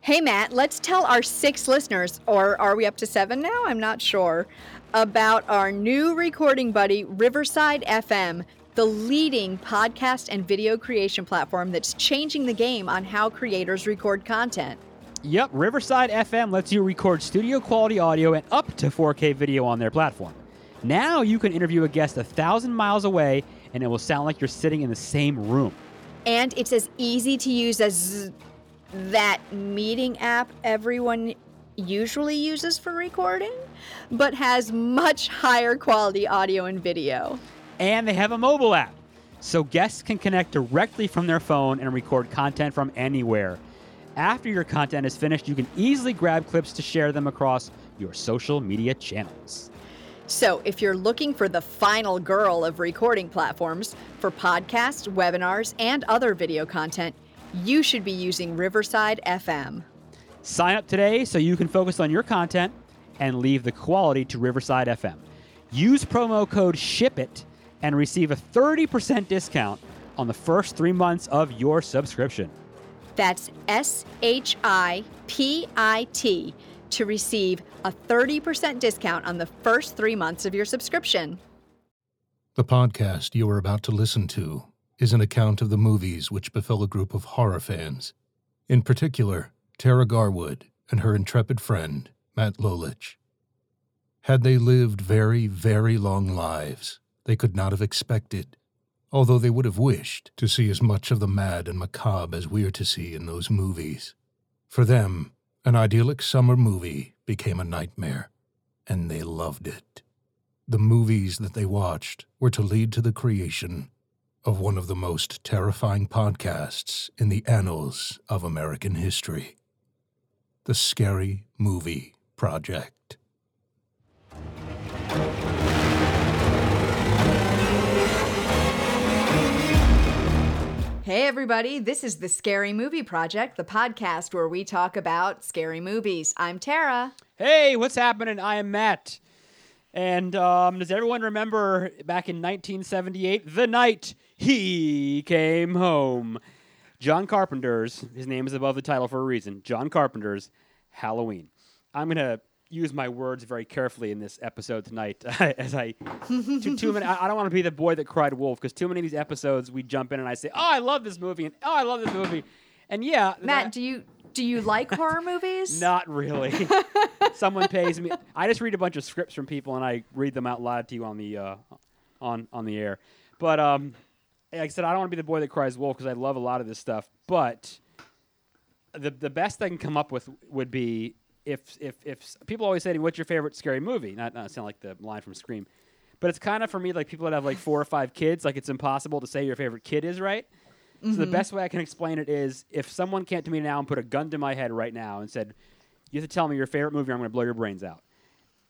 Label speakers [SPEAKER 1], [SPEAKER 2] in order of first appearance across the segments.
[SPEAKER 1] Hey, Matt, let's tell our six listeners, or are we up to seven now? I'm not sure, about our new recording buddy, Riverside FM, the leading podcast and video creation platform that's changing the game on how creators record content.
[SPEAKER 2] Yep, Riverside FM lets you record studio quality audio and up to 4K video on their platform. Now you can interview a guest a thousand miles away and it will sound like you're sitting in the same room.
[SPEAKER 1] And it's as easy to use as that meeting app everyone usually uses for recording, but has much higher quality audio and video.
[SPEAKER 2] And they have a mobile app, so guests can connect directly from their phone and record content from anywhere. After your content is finished, you can easily grab clips to share them across your social media channels.
[SPEAKER 1] So, if you're looking for the final girl of recording platforms for podcasts, webinars, and other video content, you should be using Riverside FM.
[SPEAKER 2] Sign up today so you can focus on your content and leave the quality to Riverside FM. Use promo code SHIPIT and receive a 30% discount on the first three months of your subscription.
[SPEAKER 1] That's S H I P I T to receive a 30% discount on the first three months of your subscription.
[SPEAKER 3] The podcast you are about to listen to is an account of the movies which befell a group of horror fans, in particular, Tara Garwood and her intrepid friend, Matt Lolich. Had they lived very, very long lives, they could not have expected, although they would have wished, to see as much of the mad and macabre as we are to see in those movies. For them, an idyllic summer movie became a nightmare, and they loved it. The movies that they watched were to lead to the creation of one of the most terrifying podcasts in the annals of American history The Scary Movie Project.
[SPEAKER 1] Hey, everybody, this is the Scary Movie Project, the podcast where we talk about scary movies. I'm Tara.
[SPEAKER 2] Hey, what's happening? I am Matt. And um, does everyone remember back in 1978, the night he came home? John Carpenter's, his name is above the title for a reason, John Carpenter's Halloween. I'm going to use my words very carefully in this episode tonight as I too, too many I, I don't want to be the boy that cried wolf because too many of these episodes we jump in and I say oh I love this movie and oh I love this movie and yeah
[SPEAKER 1] Matt,
[SPEAKER 2] that-
[SPEAKER 1] do you do you like horror movies?
[SPEAKER 2] not really. Someone pays me. I just read a bunch of scripts from people and I read them out loud to you on the uh, on on the air. But um, like I said, I don't want to be the boy that cries wolf because I love a lot of this stuff. But the the best I can come up with would be if if if s- people always say to me, "What's your favorite scary movie?" Not not sound like the line from Scream, but it's kind of for me like people that have like four or five kids, like it's impossible to say your favorite kid is right. So
[SPEAKER 1] Mm-hmm.
[SPEAKER 2] the best way I can explain it is if someone came to me now and put a gun to my head right now and said, "You have to tell me your favorite movie, or I'm going to blow your brains out."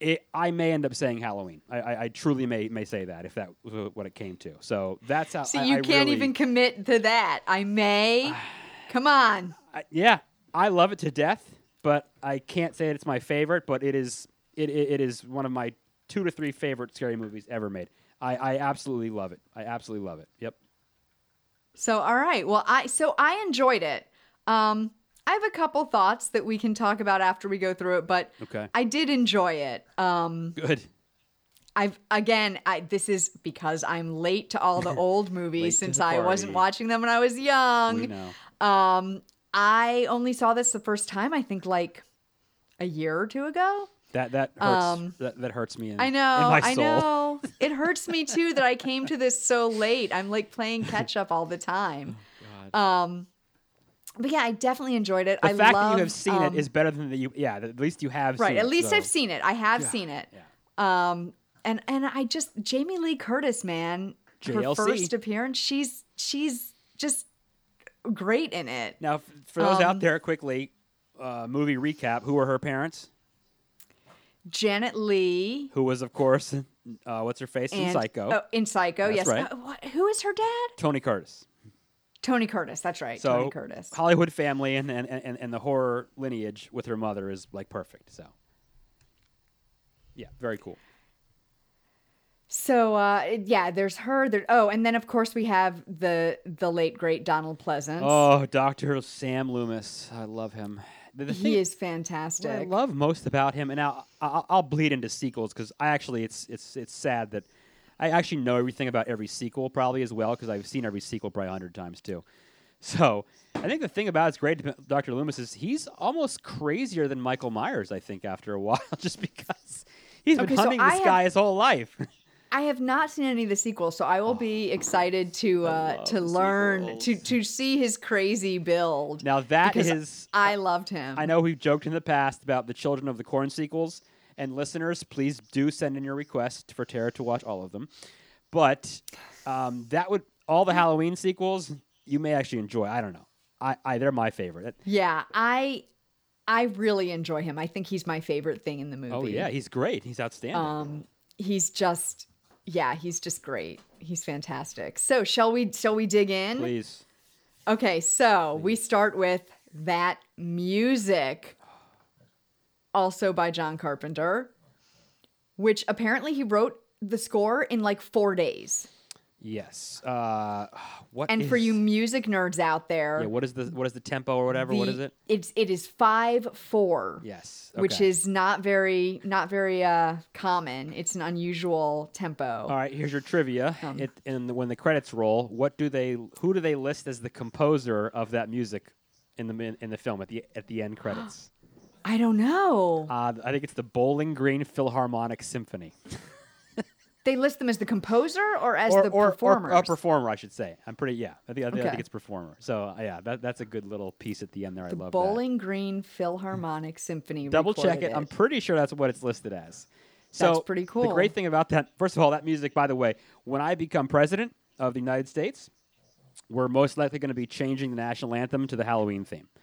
[SPEAKER 2] It, I may end up saying Halloween. I, I, I truly may may say that if that was what it came to. So that's how.
[SPEAKER 1] So
[SPEAKER 2] I-
[SPEAKER 1] you
[SPEAKER 2] I
[SPEAKER 1] can't
[SPEAKER 2] really-
[SPEAKER 1] even commit to that. I may. Come on.
[SPEAKER 2] I- yeah, I love it to death, but I can't say that it's my favorite. But it is it, it, it is one of my two to three favorite scary movies ever made. I, I absolutely love it. I absolutely love it. Yep.
[SPEAKER 1] So all right. Well, I so I enjoyed it. Um I have a couple thoughts that we can talk about after we go through it, but
[SPEAKER 2] Okay.
[SPEAKER 1] I did enjoy it. Um
[SPEAKER 2] Good.
[SPEAKER 1] I've again, I this is because I'm late to all the old movies
[SPEAKER 2] to
[SPEAKER 1] since
[SPEAKER 2] the
[SPEAKER 1] I wasn't
[SPEAKER 2] party.
[SPEAKER 1] watching them when I was
[SPEAKER 2] We
[SPEAKER 1] young.
[SPEAKER 2] know.
[SPEAKER 1] Um, I only saw this the first time I think like a year or two ago.
[SPEAKER 2] That that hurts.
[SPEAKER 1] Um,
[SPEAKER 2] that, that hurts me. In,
[SPEAKER 1] I
[SPEAKER 2] in
[SPEAKER 1] know,
[SPEAKER 2] my
[SPEAKER 1] I
[SPEAKER 2] soul.
[SPEAKER 1] know. It hurts me too that I came to this so late. I'm like playing catch up all the time. Um, but yeah, I definitely enjoyed it.
[SPEAKER 2] Oh, The
[SPEAKER 1] I
[SPEAKER 2] fact
[SPEAKER 1] love,
[SPEAKER 2] that you have seen
[SPEAKER 1] um,
[SPEAKER 2] it is better than that you. Yeah, that at least you have
[SPEAKER 1] right.
[SPEAKER 2] seen
[SPEAKER 1] At
[SPEAKER 2] it,
[SPEAKER 1] least
[SPEAKER 2] so-
[SPEAKER 1] I've seen it. I have seen it. Um, and and I just Jamie Lee Curtis, man, her
[SPEAKER 2] JLC.
[SPEAKER 1] first appearance, she's she's just great in it.
[SPEAKER 2] Now, f- for those
[SPEAKER 1] Um,
[SPEAKER 2] out there, quickly, uh, movie recap. Who were her parents?
[SPEAKER 1] Janet Lee
[SPEAKER 2] Who was, of course, uh, what's her face
[SPEAKER 1] and
[SPEAKER 2] in Psycho?
[SPEAKER 1] Oh, in Psycho,
[SPEAKER 2] That's
[SPEAKER 1] yes.
[SPEAKER 2] right.
[SPEAKER 1] Uh, what, who is her dad?
[SPEAKER 2] Tony Curtis.
[SPEAKER 1] Tony Curtis. That's right.
[SPEAKER 2] So
[SPEAKER 1] Tony Curtis.
[SPEAKER 2] Hollywood family and, and, and, and the horror lineage with her mother is like perfect. So, yeah, very cool.
[SPEAKER 1] So uh, yeah, there's her. There. Oh, and then of course we have the the late great Donald Pleasance.
[SPEAKER 2] Oh, Doctor Sam Loomis, I love him. The, the thing
[SPEAKER 1] He is
[SPEAKER 2] what I
[SPEAKER 1] fantastic.
[SPEAKER 2] love most about him, and now I'll, I'll bleed into sequels because I actually it's it's it's sad that I actually know everything about every sequel probably as well because I've seen every sequel probably a hundred times too. So I think the thing about it's great, about Dr. Loomis, is he's almost crazier than Michael Myers. I think after a while, just because he's been
[SPEAKER 1] Okay, so
[SPEAKER 2] hunting
[SPEAKER 1] I
[SPEAKER 2] this
[SPEAKER 1] have-
[SPEAKER 2] guy his whole life.
[SPEAKER 1] I have not seen any of the sequels, so I will be excited to
[SPEAKER 2] Oh, I
[SPEAKER 1] uh,
[SPEAKER 2] love
[SPEAKER 1] to
[SPEAKER 2] the
[SPEAKER 1] learn to
[SPEAKER 2] sequels.
[SPEAKER 1] to see his crazy build.
[SPEAKER 2] now that is.
[SPEAKER 1] Because I loved him.
[SPEAKER 2] I know we've joked in the past about the Children of the Corn sequels, and listeners, please do send in your requests for Tara to watch all of them. But um, that would all the Halloween sequels you may actually enjoy. I don't know. I, I they're my favorite.
[SPEAKER 1] Yeah, I I really enjoy him. I think he's my favorite thing in the movie.
[SPEAKER 2] Oh yeah, he's great. He's outstanding.
[SPEAKER 1] Um, he's just yeah, he's just great. He's fantastic. So shall we shall we dig in?
[SPEAKER 2] please.
[SPEAKER 1] Okay, so we start with that music, also by John Carpenter, which apparently he wrote the score in like four days.
[SPEAKER 2] Yes. Uh, what
[SPEAKER 1] And for
[SPEAKER 2] is-
[SPEAKER 1] you music nerds out there,
[SPEAKER 2] Yeah, what is the what is the tempo or whatever? what
[SPEAKER 1] the-
[SPEAKER 2] is it?
[SPEAKER 1] It's it is five four.
[SPEAKER 2] Yes.
[SPEAKER 1] Which
[SPEAKER 2] okay.
[SPEAKER 1] is not very not very uh common. It's an unusual tempo.
[SPEAKER 2] All right, here's your trivia.
[SPEAKER 1] Um.
[SPEAKER 2] it, and when the credits roll, what do they? Who do they list as the composer of that music in the min- in the film at the at the end credits?
[SPEAKER 1] I don't know.
[SPEAKER 2] uh, I think it's the Bowling Green Philharmonic Symphony,
[SPEAKER 1] they list them as the composer or as
[SPEAKER 2] or
[SPEAKER 1] the
[SPEAKER 2] or,
[SPEAKER 1] performers.
[SPEAKER 2] or a performer, I should say. I'm pretty yeah. I think, I think, I
[SPEAKER 1] Okay.
[SPEAKER 2] think it's performer. So uh, yeah, that, that's a good little piece at the end there. I love that.
[SPEAKER 1] Bowling Green Philharmonic Symphony.
[SPEAKER 2] Double check
[SPEAKER 1] recorded
[SPEAKER 2] it. I'm pretty sure that's what it's listed as. So
[SPEAKER 1] That's pretty
[SPEAKER 2] The
[SPEAKER 1] cool.
[SPEAKER 2] great thing about that, first of all, that music. By the way, when I become president of the United States, we're most likely going to be changing the national anthem to the Halloween theme.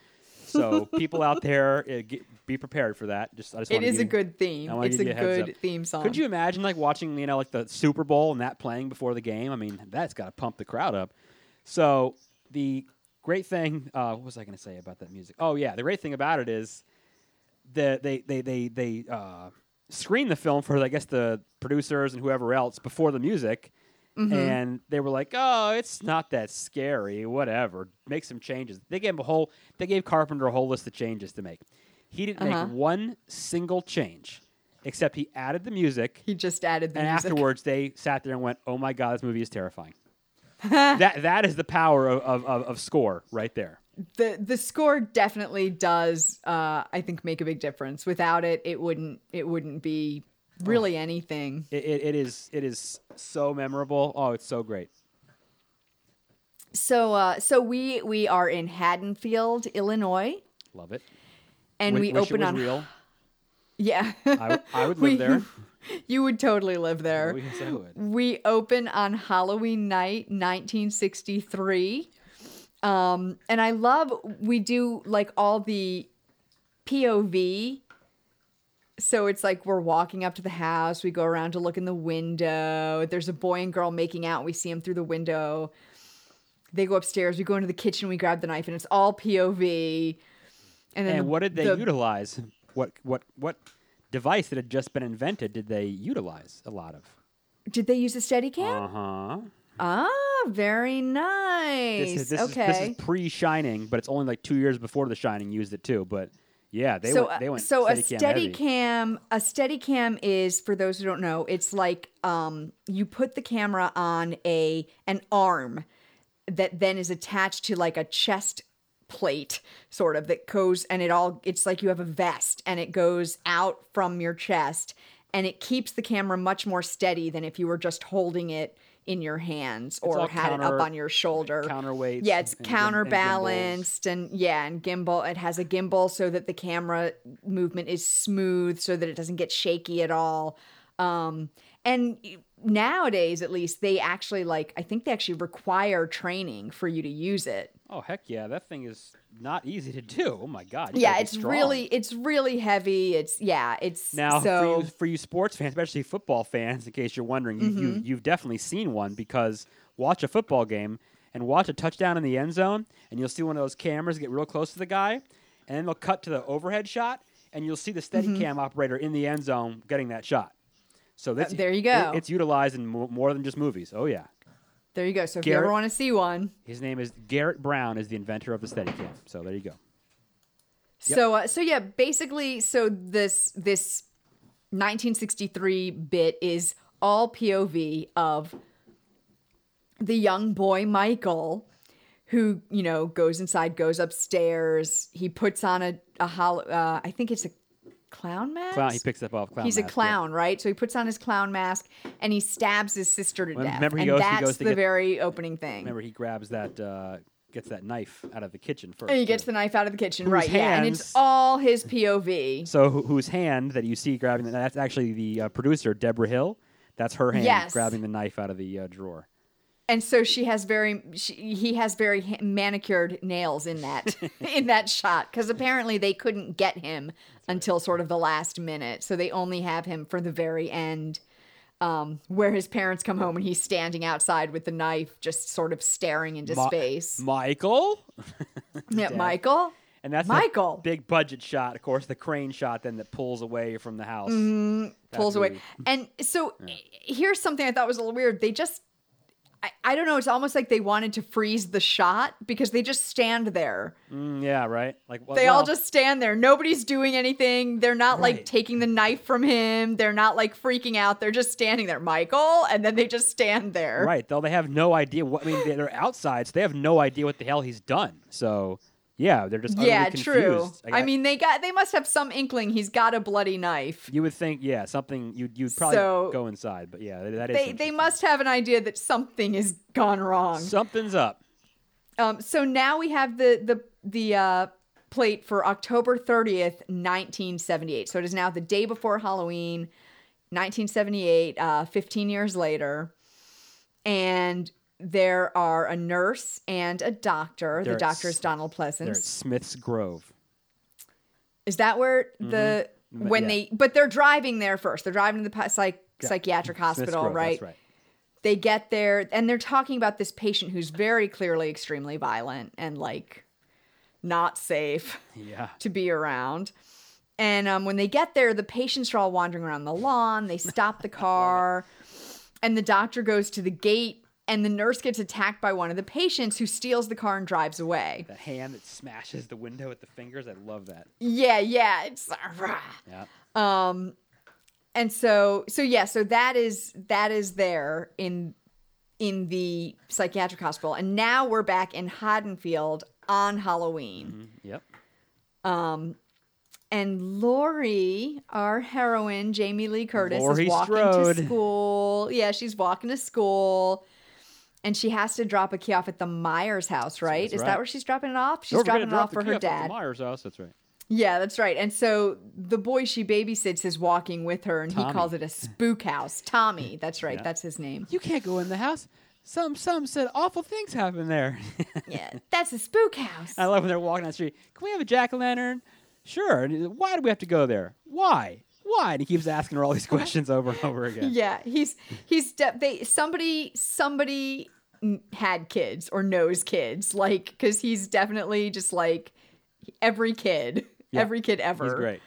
[SPEAKER 2] So people out there, uh, get, be prepared for that. Just I just
[SPEAKER 1] It
[SPEAKER 2] wanna
[SPEAKER 1] is
[SPEAKER 2] give
[SPEAKER 1] a
[SPEAKER 2] you-
[SPEAKER 1] good theme.
[SPEAKER 2] I wanna
[SPEAKER 1] It's
[SPEAKER 2] give
[SPEAKER 1] a
[SPEAKER 2] you a heads
[SPEAKER 1] good
[SPEAKER 2] up.
[SPEAKER 1] theme song.
[SPEAKER 2] Could you imagine like watching you know like the Super Bowl and that playing before the game? I mean, that's got to pump the crowd up. So the great thing, uh, what was I going to say about that music? Oh yeah, the great thing about it is that they they they they uh, screen the film for I guess the producers and whoever else before the music.
[SPEAKER 1] Mm-hmm.
[SPEAKER 2] And they were like, "Oh, it's not that scary. Whatever. Make some changes." They gave him a whole. They gave Carpenter a whole list of changes to make. He didn't
[SPEAKER 1] Uh-huh.
[SPEAKER 2] make one single change, except he added the music
[SPEAKER 1] He just added the
[SPEAKER 2] and
[SPEAKER 1] music.
[SPEAKER 2] afterwards they sat there and went, "Oh my god, this movie is terrifying." that that is the power of, of, of, of score right there.
[SPEAKER 1] the the score definitely does. Uh, I think make a big difference. Without it, it wouldn't. It wouldn't be really anything.
[SPEAKER 2] It, it, it is it is so memorable. Oh, it's so great.
[SPEAKER 1] So uh, so we we are in Haddonfield, Illinois,
[SPEAKER 2] Love it.
[SPEAKER 1] and
[SPEAKER 2] Wi-
[SPEAKER 1] we
[SPEAKER 2] wish
[SPEAKER 1] open
[SPEAKER 2] it was
[SPEAKER 1] on
[SPEAKER 2] real.
[SPEAKER 1] yeah.
[SPEAKER 2] I, w- I would live
[SPEAKER 1] We-
[SPEAKER 2] there.
[SPEAKER 1] you would totally live there.
[SPEAKER 2] Oh, yes, I would.
[SPEAKER 1] We open on Halloween night, 1963. Um, and I love we do like all the POV. So it's like we're walking up to the house, we go around to look in the window. There's a boy and girl making out, we see them through the window. They go upstairs, we go into the kitchen, we grab the knife, and it's all POV. And then
[SPEAKER 2] And
[SPEAKER 1] the-
[SPEAKER 2] what did they
[SPEAKER 1] the-
[SPEAKER 2] utilize? What what what device that had just been invented did they utilize a lot of?
[SPEAKER 1] Did they use a steady cam?
[SPEAKER 2] Uh huh.
[SPEAKER 1] ah, very nice.
[SPEAKER 2] Uh, This is this
[SPEAKER 1] okay.
[SPEAKER 2] is this is pre Shining, but it's only like two years before the Shining used it too. But yeah, they
[SPEAKER 1] so,
[SPEAKER 2] went they
[SPEAKER 1] uh,
[SPEAKER 2] went
[SPEAKER 1] so a
[SPEAKER 2] Steadicam
[SPEAKER 1] steady
[SPEAKER 2] heavy.
[SPEAKER 1] cam a steady cam is for those who don't know it's like um you put the camera on a an arm that then is attached to like a chest plate sort of that goes and it all it's like you have a vest and it goes out from your chest and it keeps the camera much more steady than if you were just holding it in your hands or
[SPEAKER 2] all
[SPEAKER 1] had it
[SPEAKER 2] counter-
[SPEAKER 1] up on your shoulder
[SPEAKER 2] counterweights
[SPEAKER 1] yeah it's
[SPEAKER 2] and gim- and gimbals.
[SPEAKER 1] counterbalanced and yeah and gimbal it has a gimbal so that the camera movement is smooth so that it doesn't get shaky at all um and nowadays at least they actually like i think they actually require training for you to use it
[SPEAKER 2] Oh heck yeah, that thing is not easy to do. Oh my god. you
[SPEAKER 1] yeah
[SPEAKER 2] gotta be
[SPEAKER 1] it's
[SPEAKER 2] strong.
[SPEAKER 1] really it's really heavy it's yeah it's
[SPEAKER 2] now
[SPEAKER 1] so
[SPEAKER 2] for, you, for you sports fans, especially football fans, in case you're wondering, you,
[SPEAKER 1] Mm-hmm.
[SPEAKER 2] you you've definitely seen one because watch a football game and watch a touchdown in the end zone, and you'll see one of those cameras get real close to the guy, and then they'll cut to the overhead shot, and you'll see the steady
[SPEAKER 1] Mm-hmm.
[SPEAKER 2] cam operator in the end zone getting that shot. So that's,
[SPEAKER 1] Uh, there you
[SPEAKER 2] it-
[SPEAKER 1] go.
[SPEAKER 2] it's utilized in mo- more than just movies. Oh yeah.
[SPEAKER 1] there you go so if you ever
[SPEAKER 2] Garrett-
[SPEAKER 1] want to see one
[SPEAKER 2] His name is Garrett Brown, is the inventor of the Steadicam. So there you go. Yep.
[SPEAKER 1] So uh, so yeah, basically, so this this 1963 bit is all POV of the young boy Michael, who you know goes inside, goes upstairs. He puts on a a hollow. Uh, I think it's a clown mask.
[SPEAKER 2] Clown, he picks up off clown.
[SPEAKER 1] He's
[SPEAKER 2] mask,
[SPEAKER 1] a
[SPEAKER 2] yeah.
[SPEAKER 1] clown, right? So he puts on his clown mask and he stabs his sister to
[SPEAKER 2] Well,
[SPEAKER 1] death.
[SPEAKER 2] remember he
[SPEAKER 1] and
[SPEAKER 2] goes- he
[SPEAKER 1] that's
[SPEAKER 2] goes to
[SPEAKER 1] the
[SPEAKER 2] get-
[SPEAKER 1] very opening thing.
[SPEAKER 2] Remember, he grabs that, uh, gets that knife out of the kitchen first.
[SPEAKER 1] and he
[SPEAKER 2] too.
[SPEAKER 1] gets the knife out of the kitchen,
[SPEAKER 2] Whose
[SPEAKER 1] right? Yeah, and it's
[SPEAKER 2] hands-
[SPEAKER 1] all his POV.
[SPEAKER 2] So wh- whose hand that you see grabbing the, that's actually the uh, producer Deborah Hill. That's her hand
[SPEAKER 1] Yes.
[SPEAKER 2] grabbing the knife out of the uh, drawer.
[SPEAKER 1] and so she has very she, he has very ha- manicured nails in that in that shot because apparently they couldn't get him until sort of the last minute so they only have him for the very end um, where his parents come home and he's standing outside with the knife just sort of staring into
[SPEAKER 2] Mi-
[SPEAKER 1] space
[SPEAKER 2] Michael,
[SPEAKER 1] yeah, michael
[SPEAKER 2] and that's the
[SPEAKER 1] Michael.
[SPEAKER 2] big budget shot. Of course, the crane shot then that pulls away from the house. That
[SPEAKER 1] Mm-hmm. pulls away.
[SPEAKER 2] movie.
[SPEAKER 1] And so here's something I thought was a little weird. They just I, I don't know, it's almost like they wanted to freeze the shot because they just stand there.
[SPEAKER 2] Mm, yeah, right. Like well,
[SPEAKER 1] They all
[SPEAKER 2] well,
[SPEAKER 1] just stand there. Nobody's doing anything. They're not like
[SPEAKER 2] Right.
[SPEAKER 1] taking the knife from him. They're not like freaking out. They're just standing there, Michael, and then they just stand there.
[SPEAKER 2] right. Though they have no idea what. I mean, they're outside, so they have no idea what the hell he's done. So yeah, they're just
[SPEAKER 1] Yeah,
[SPEAKER 2] utterly
[SPEAKER 1] true.
[SPEAKER 2] confused.
[SPEAKER 1] I mean, they got they must have some inkling he's got a bloody knife.
[SPEAKER 2] you would think yeah, something you'd you'd probably
[SPEAKER 1] So-
[SPEAKER 2] go inside, but yeah, that is
[SPEAKER 1] They they
[SPEAKER 2] interesting.
[SPEAKER 1] must have an idea that something has gone wrong.
[SPEAKER 2] something's up.
[SPEAKER 1] Um, so now we have the the the uh, plate for October thirtieth, nineteen seventy eight. So it is now the day before Halloween, nineteen seventy eight. Uh, Fifteen years later, and there are a nurse and a doctor.
[SPEAKER 2] They're
[SPEAKER 1] the
[SPEAKER 2] at
[SPEAKER 1] doctor
[SPEAKER 2] S-
[SPEAKER 1] is Donald
[SPEAKER 2] They're at
[SPEAKER 1] Pleasance.
[SPEAKER 2] Smith's Grove.
[SPEAKER 1] Is that where the
[SPEAKER 2] Mm,
[SPEAKER 1] when
[SPEAKER 2] yeah.
[SPEAKER 1] they but they're driving there first. They're driving to the pi- psych, psychiatric
[SPEAKER 2] Smith's
[SPEAKER 1] hospital,
[SPEAKER 2] Grove,
[SPEAKER 1] right?
[SPEAKER 2] That's right.
[SPEAKER 1] They get there and they're talking about this patient who's very clearly extremely violent and like not safe.
[SPEAKER 2] Yeah.
[SPEAKER 1] to be around. And um, when they get there, the patients are all wandering around the lawn. They stop the car, and the doctor goes to the gate, and the nurse gets attacked by one of the patients who steals the car and drives away.
[SPEAKER 2] That hand that smashes the window with the fingers. I love that.
[SPEAKER 1] Yeah, yeah, it's
[SPEAKER 2] Yeah.
[SPEAKER 1] um, and so so yeah, so that is that is there in in the psychiatric hospital, and now we're back in Haddonfield on Halloween.
[SPEAKER 2] Yep.
[SPEAKER 1] and Lori, our heroine, Jamie Lee Curtis,
[SPEAKER 2] Laurie
[SPEAKER 1] is walking to
[SPEAKER 2] Strode.
[SPEAKER 1] school. Yeah, she's walking to school, and she has to drop a key off at the Myers house, right?
[SPEAKER 2] That's
[SPEAKER 1] Is
[SPEAKER 2] right.
[SPEAKER 1] that where she's dropping it off? She's
[SPEAKER 2] Don't forget
[SPEAKER 1] dropping
[SPEAKER 2] to
[SPEAKER 1] it
[SPEAKER 2] drop
[SPEAKER 1] off
[SPEAKER 2] the
[SPEAKER 1] for
[SPEAKER 2] key
[SPEAKER 1] her
[SPEAKER 2] off at the
[SPEAKER 1] dad.
[SPEAKER 2] Myers house. That's right.
[SPEAKER 1] Yeah, that's right. And so the boy she babysits is walking with her, and he
[SPEAKER 2] Tommy.
[SPEAKER 1] calls it a spook house. Tommy, that's right.
[SPEAKER 2] Yeah.
[SPEAKER 1] That's his name.
[SPEAKER 2] You can't go in the house. Some some said awful things happen there.
[SPEAKER 1] Yeah, that's a spook house.
[SPEAKER 2] I love when they're walking down the street. Can we have a jack o' lantern? Sure. And he's like, Why do we have to go there? Why? Why? And he keeps asking her all these questions over and over again.
[SPEAKER 1] Yeah, he's he's de- they somebody somebody n- had kids or knows kids like because he's definitely just like every kid,
[SPEAKER 2] Yeah,
[SPEAKER 1] every kid ever.
[SPEAKER 2] He's great.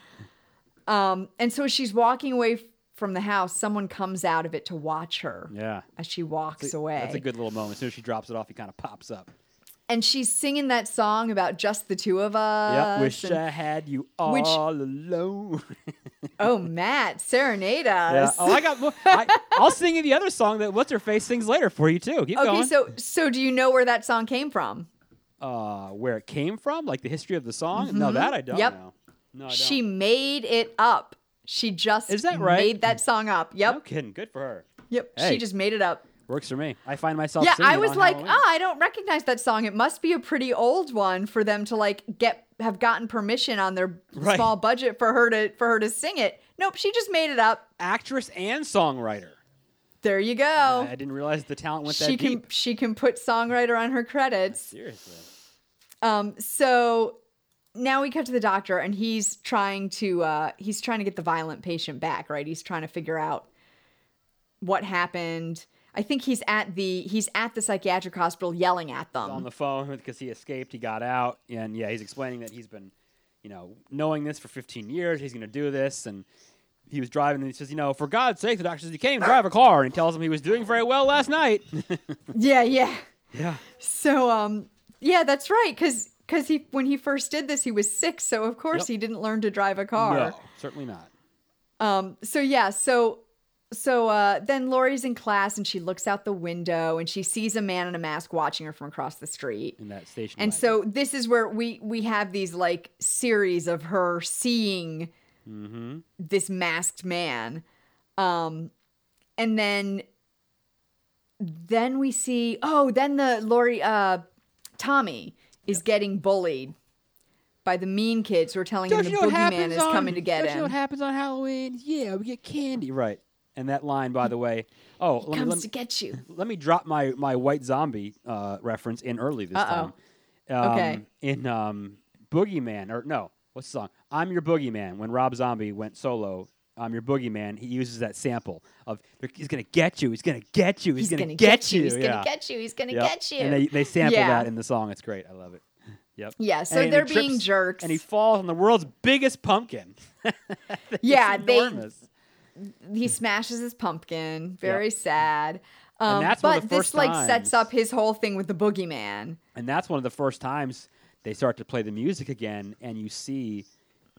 [SPEAKER 1] Um, and so as she's walking away f- from the house, someone comes out of it to watch her
[SPEAKER 2] Yeah.
[SPEAKER 1] as she walks away.
[SPEAKER 2] That's a good little moment. As soon as she drops it off, he kind of pops up.
[SPEAKER 1] and she's singing that song about just the two of
[SPEAKER 2] Yep.
[SPEAKER 1] us.
[SPEAKER 2] Uh, Wish
[SPEAKER 1] and-
[SPEAKER 2] I had you all
[SPEAKER 1] Which-
[SPEAKER 2] alone.
[SPEAKER 1] oh, Matt, serenade
[SPEAKER 2] Yeah.
[SPEAKER 1] us.
[SPEAKER 2] Oh, I got. more- I, I'll sing you the other song that what's her face sings later for you too. Keep
[SPEAKER 1] okay,
[SPEAKER 2] going.
[SPEAKER 1] so so do you know where that song came from?
[SPEAKER 2] uh, where it came from, like the history of the song. No, that I don't
[SPEAKER 1] Mm-hmm. Yep.
[SPEAKER 2] know. No, I don't.
[SPEAKER 1] She made it up. She just
[SPEAKER 2] Is that right?
[SPEAKER 1] made that song up. Yep.
[SPEAKER 2] No kidding. Good for her.
[SPEAKER 1] Yep. She
[SPEAKER 2] Hey.
[SPEAKER 1] just made it up.
[SPEAKER 2] Works for me. I find myself.
[SPEAKER 1] yeah,
[SPEAKER 2] singing
[SPEAKER 1] I
[SPEAKER 2] it
[SPEAKER 1] was
[SPEAKER 2] on
[SPEAKER 1] like,
[SPEAKER 2] Halloween.
[SPEAKER 1] oh, I don't recognize that song. It must be a pretty old one for them to like get have gotten permission on their
[SPEAKER 2] Right.
[SPEAKER 1] small budget for her to for her to sing it. Nope, she just made it up.
[SPEAKER 2] actress and songwriter.
[SPEAKER 1] There you go.
[SPEAKER 2] I didn't realize the talent went that
[SPEAKER 1] Oh. she can
[SPEAKER 2] deep.
[SPEAKER 1] she can put songwriter on her credits.
[SPEAKER 2] Seriously.
[SPEAKER 1] Um, so now we cut to the doctor, and he's trying to uh, he's trying to get the violent patient back, right? He's trying to figure out what happened. I think he's at the he's at the psychiatric hospital yelling at
[SPEAKER 2] On
[SPEAKER 1] them.
[SPEAKER 2] the phone because he escaped. He got out, and yeah, he's explaining that he's been, you know, knowing this for 15 years. He's going to do this, and he was driving. And he says, you know, for God's sake, the doctor says you can't even drive a car, and he tells him he was doing very well last night.
[SPEAKER 1] Yeah, yeah.
[SPEAKER 2] yeah.
[SPEAKER 1] So um, yeah, that's right, because Because he, when he first did this, he was six, so of course
[SPEAKER 2] Yep.
[SPEAKER 1] he didn't learn to drive a car.
[SPEAKER 2] No, certainly not.
[SPEAKER 1] Um, so yeah, so so uh, then Lori's in class and she looks out the window and she sees a man in a mask watching her from across the street.
[SPEAKER 2] In that station.
[SPEAKER 1] And
[SPEAKER 2] wagon.
[SPEAKER 1] so this is where we we have these like series of her seeing
[SPEAKER 2] Mm-hmm.
[SPEAKER 1] this masked man. Um and then then we see oh, then the Lori uh Tommy is getting bullied by the mean kids who are telling him the boogeyman is coming to get
[SPEAKER 2] don't You know
[SPEAKER 1] him.
[SPEAKER 2] what happens on Halloween? Yeah, we get candy. Right. And that line, by the way. Oh, let me,
[SPEAKER 1] comes
[SPEAKER 2] let,
[SPEAKER 1] to
[SPEAKER 2] me,
[SPEAKER 1] get you.
[SPEAKER 2] let me drop my, my white zombie uh, reference in early this
[SPEAKER 1] Uh-oh.
[SPEAKER 2] time. Um,
[SPEAKER 1] Okay.
[SPEAKER 2] In um, Boogeyman, or no, what's the song? I'm Your Boogeyman. When Rob Zombie went solo, I'm Your Boogeyman, he uses that sample of, he's going to get you, he's going to get you, he's, going to get, you.
[SPEAKER 1] He's
[SPEAKER 2] yeah.
[SPEAKER 1] gonna get you. He's gonna
[SPEAKER 2] Yep.
[SPEAKER 1] get you.
[SPEAKER 2] And they, they sample
[SPEAKER 1] Yeah.
[SPEAKER 2] that in the song. It's great. I love it. Yep.
[SPEAKER 1] Yeah,
[SPEAKER 2] And
[SPEAKER 1] Uh, so
[SPEAKER 2] he
[SPEAKER 1] they're
[SPEAKER 2] trips
[SPEAKER 1] being jerks.
[SPEAKER 2] And he falls on the world's biggest pumpkin.
[SPEAKER 1] yeah,
[SPEAKER 2] It's
[SPEAKER 1] they
[SPEAKER 2] enormous.
[SPEAKER 1] he smashes his pumpkin. Very sad. Um,
[SPEAKER 2] that's one
[SPEAKER 1] but
[SPEAKER 2] of the
[SPEAKER 1] this
[SPEAKER 2] first
[SPEAKER 1] like sets
[SPEAKER 2] times-
[SPEAKER 1] up his whole thing with the boogeyman.
[SPEAKER 2] And that's one of the first times they start to play the music again, and you see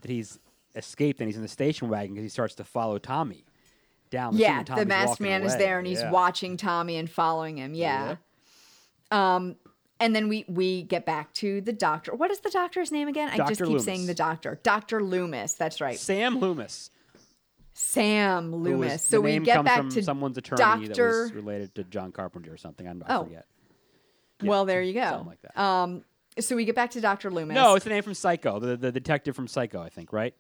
[SPEAKER 2] that he's escaped and he's in the station wagon because he starts to follow Tommy down. the
[SPEAKER 1] yeah, the
[SPEAKER 2] Tommy's
[SPEAKER 1] masked
[SPEAKER 2] walking
[SPEAKER 1] man is
[SPEAKER 2] away.
[SPEAKER 1] there and he's
[SPEAKER 2] Yeah.
[SPEAKER 1] watching Tommy and following him. Yeah.
[SPEAKER 2] Yep.
[SPEAKER 1] Um, and then we we get back to the doctor. What is the doctor's name again? I just
[SPEAKER 2] Dr.
[SPEAKER 1] keep saying
[SPEAKER 2] Loomis.
[SPEAKER 1] the doctor. Dr. Loomis. That's right.
[SPEAKER 2] Sam Loomis.
[SPEAKER 1] Sam
[SPEAKER 2] who was-
[SPEAKER 1] Loomis.
[SPEAKER 2] the
[SPEAKER 1] so we
[SPEAKER 2] name
[SPEAKER 1] get
[SPEAKER 2] comes
[SPEAKER 1] back
[SPEAKER 2] from
[SPEAKER 1] to
[SPEAKER 2] someone's attorney that
[SPEAKER 1] Dr.
[SPEAKER 2] was related to John Carpenter or something. I, I
[SPEAKER 1] Oh.
[SPEAKER 2] forget.
[SPEAKER 1] Well, there you go.
[SPEAKER 2] something like that.
[SPEAKER 1] Um, so we get back to Dr. Loomis.
[SPEAKER 2] No, it's the name from Psycho, the, the detective from Psycho, I think, right?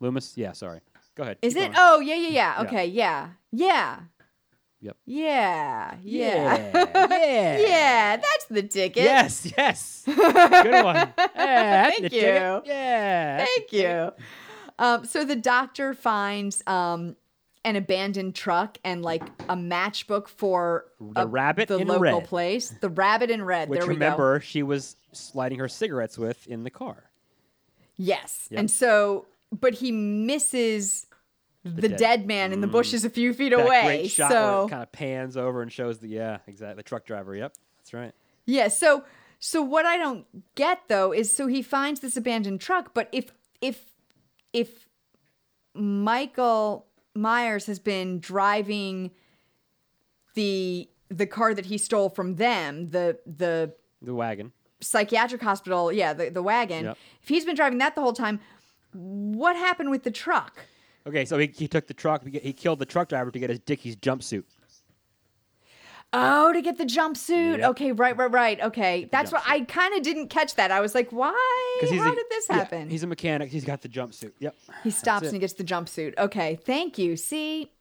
[SPEAKER 2] Loomis? Yeah, sorry. Go ahead.
[SPEAKER 1] Is
[SPEAKER 2] keep
[SPEAKER 1] it?
[SPEAKER 2] going.
[SPEAKER 1] Oh, yeah, yeah, yeah. Okay, yeah. Yeah.
[SPEAKER 2] Yep.
[SPEAKER 1] Yeah. Yeah.
[SPEAKER 2] Yeah. yeah.
[SPEAKER 1] Yeah, that's the ticket.
[SPEAKER 2] Yes, yes. Good one. Yeah,
[SPEAKER 1] Thank
[SPEAKER 2] that's the
[SPEAKER 1] you.
[SPEAKER 2] ticket. Yeah.
[SPEAKER 1] Thank you. Um, so the doctor finds um, an abandoned truck and like a matchbook for
[SPEAKER 2] The
[SPEAKER 1] a-
[SPEAKER 2] rabbit
[SPEAKER 1] the
[SPEAKER 2] in
[SPEAKER 1] local
[SPEAKER 2] red.
[SPEAKER 1] place. The rabbit in red.
[SPEAKER 2] Which
[SPEAKER 1] there we go.
[SPEAKER 2] remember she was lighting her cigarettes with in the car.
[SPEAKER 1] Yes.
[SPEAKER 2] Yep.
[SPEAKER 1] And so, but he misses the, dead.
[SPEAKER 2] dead-
[SPEAKER 1] man in the bushes a few feet away.
[SPEAKER 2] That great shot where
[SPEAKER 1] so
[SPEAKER 2] it kind of pans over and shows the yeah, exactly the truck driver. Yep, that's right.
[SPEAKER 1] yeah. So so what I don't get though is so he finds this abandoned truck, but if if if Michael Myers has been driving the the car that he stole from them, the the
[SPEAKER 2] The wagon.
[SPEAKER 1] psychiatric hospital, yeah, the, the wagon.
[SPEAKER 2] Yep.
[SPEAKER 1] If he's been driving that the whole time, what happened with the truck?
[SPEAKER 2] Okay, so he, he took the truck. He killed the truck driver to get his Dickie's jumpsuit.
[SPEAKER 1] Oh, to get the jumpsuit.
[SPEAKER 2] Yep.
[SPEAKER 1] Okay, right, right, right. Okay, that's what I kind of didn't catch that. I was like, why?
[SPEAKER 2] he's
[SPEAKER 1] How
[SPEAKER 2] a-
[SPEAKER 1] did this
[SPEAKER 2] yeah,
[SPEAKER 1] happen?
[SPEAKER 2] he's a mechanic. He's got the jumpsuit. Yep.
[SPEAKER 1] he stops
[SPEAKER 2] it.
[SPEAKER 1] and he gets the jumpsuit. Okay, thank you. See,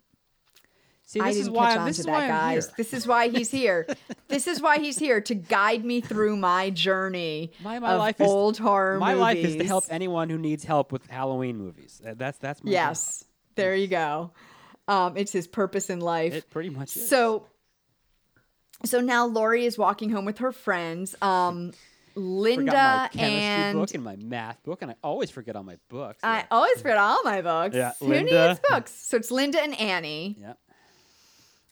[SPEAKER 2] See,
[SPEAKER 1] I
[SPEAKER 2] this
[SPEAKER 1] didn't
[SPEAKER 2] is why
[SPEAKER 1] catch
[SPEAKER 2] I'm-
[SPEAKER 1] on
[SPEAKER 2] this
[SPEAKER 1] to
[SPEAKER 2] is
[SPEAKER 1] that,
[SPEAKER 2] why I'm
[SPEAKER 1] guys.
[SPEAKER 2] here.
[SPEAKER 1] This is why he's here. this is why he's here to guide me through my journey
[SPEAKER 2] My, my
[SPEAKER 1] of
[SPEAKER 2] life is
[SPEAKER 1] old horror
[SPEAKER 2] My
[SPEAKER 1] movies.
[SPEAKER 2] life is to help anyone who needs help with Halloween movies. That- That's that's my job.
[SPEAKER 1] Yes, there you go. Um, it's his purpose in life.
[SPEAKER 2] It pretty much is.
[SPEAKER 1] So, so now Lori is walking home with her friends. Um, Linda
[SPEAKER 2] forgot my chemistry
[SPEAKER 1] and
[SPEAKER 2] book and my math book, and I always forget all my books.
[SPEAKER 1] I always forget all my books.
[SPEAKER 2] Yeah,
[SPEAKER 1] Who
[SPEAKER 2] Linda.
[SPEAKER 1] needs books? So it's Linda and Annie.
[SPEAKER 2] yeah.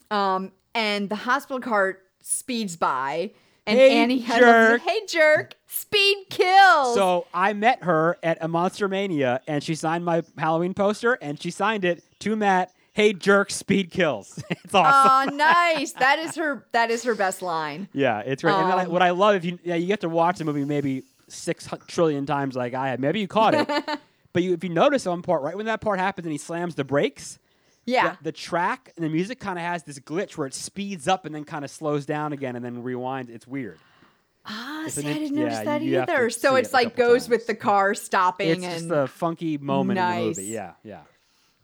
[SPEAKER 1] Um, and the hospital cart speeds by, and
[SPEAKER 2] Hey,
[SPEAKER 1] Annie has
[SPEAKER 2] jerk.
[SPEAKER 1] hey jerk, speed kills.
[SPEAKER 2] So I met her at a Monster Mania, and she signed my Halloween poster, and she signed it to Matt. Hey, jerk! Speed kills. it's awesome.
[SPEAKER 1] Aw, nice. That is her. That is her best line.
[SPEAKER 2] yeah, it's great. and then I,
[SPEAKER 1] um,
[SPEAKER 2] what I love if you yeah, you get to watch the movie maybe six hu- trillion times like I have. Maybe you caught it, but you, if you notice one part right when that part happens and he slams the brakes,
[SPEAKER 1] Yeah.
[SPEAKER 2] the, the track and the music kind of has this glitch where it speeds up and then kind of slows down again and then rewinds. It's weird.
[SPEAKER 1] Ah,
[SPEAKER 2] it's
[SPEAKER 1] see,
[SPEAKER 2] an
[SPEAKER 1] I
[SPEAKER 2] int-
[SPEAKER 1] didn't notice
[SPEAKER 2] yeah,
[SPEAKER 1] that
[SPEAKER 2] you have to
[SPEAKER 1] either. So
[SPEAKER 2] see
[SPEAKER 1] it's
[SPEAKER 2] it a
[SPEAKER 1] like
[SPEAKER 2] couple
[SPEAKER 1] goes
[SPEAKER 2] times.
[SPEAKER 1] with the car stopping
[SPEAKER 2] It's
[SPEAKER 1] and
[SPEAKER 2] just a funky moment in the movie.
[SPEAKER 1] Nice.
[SPEAKER 2] Yeah, yeah,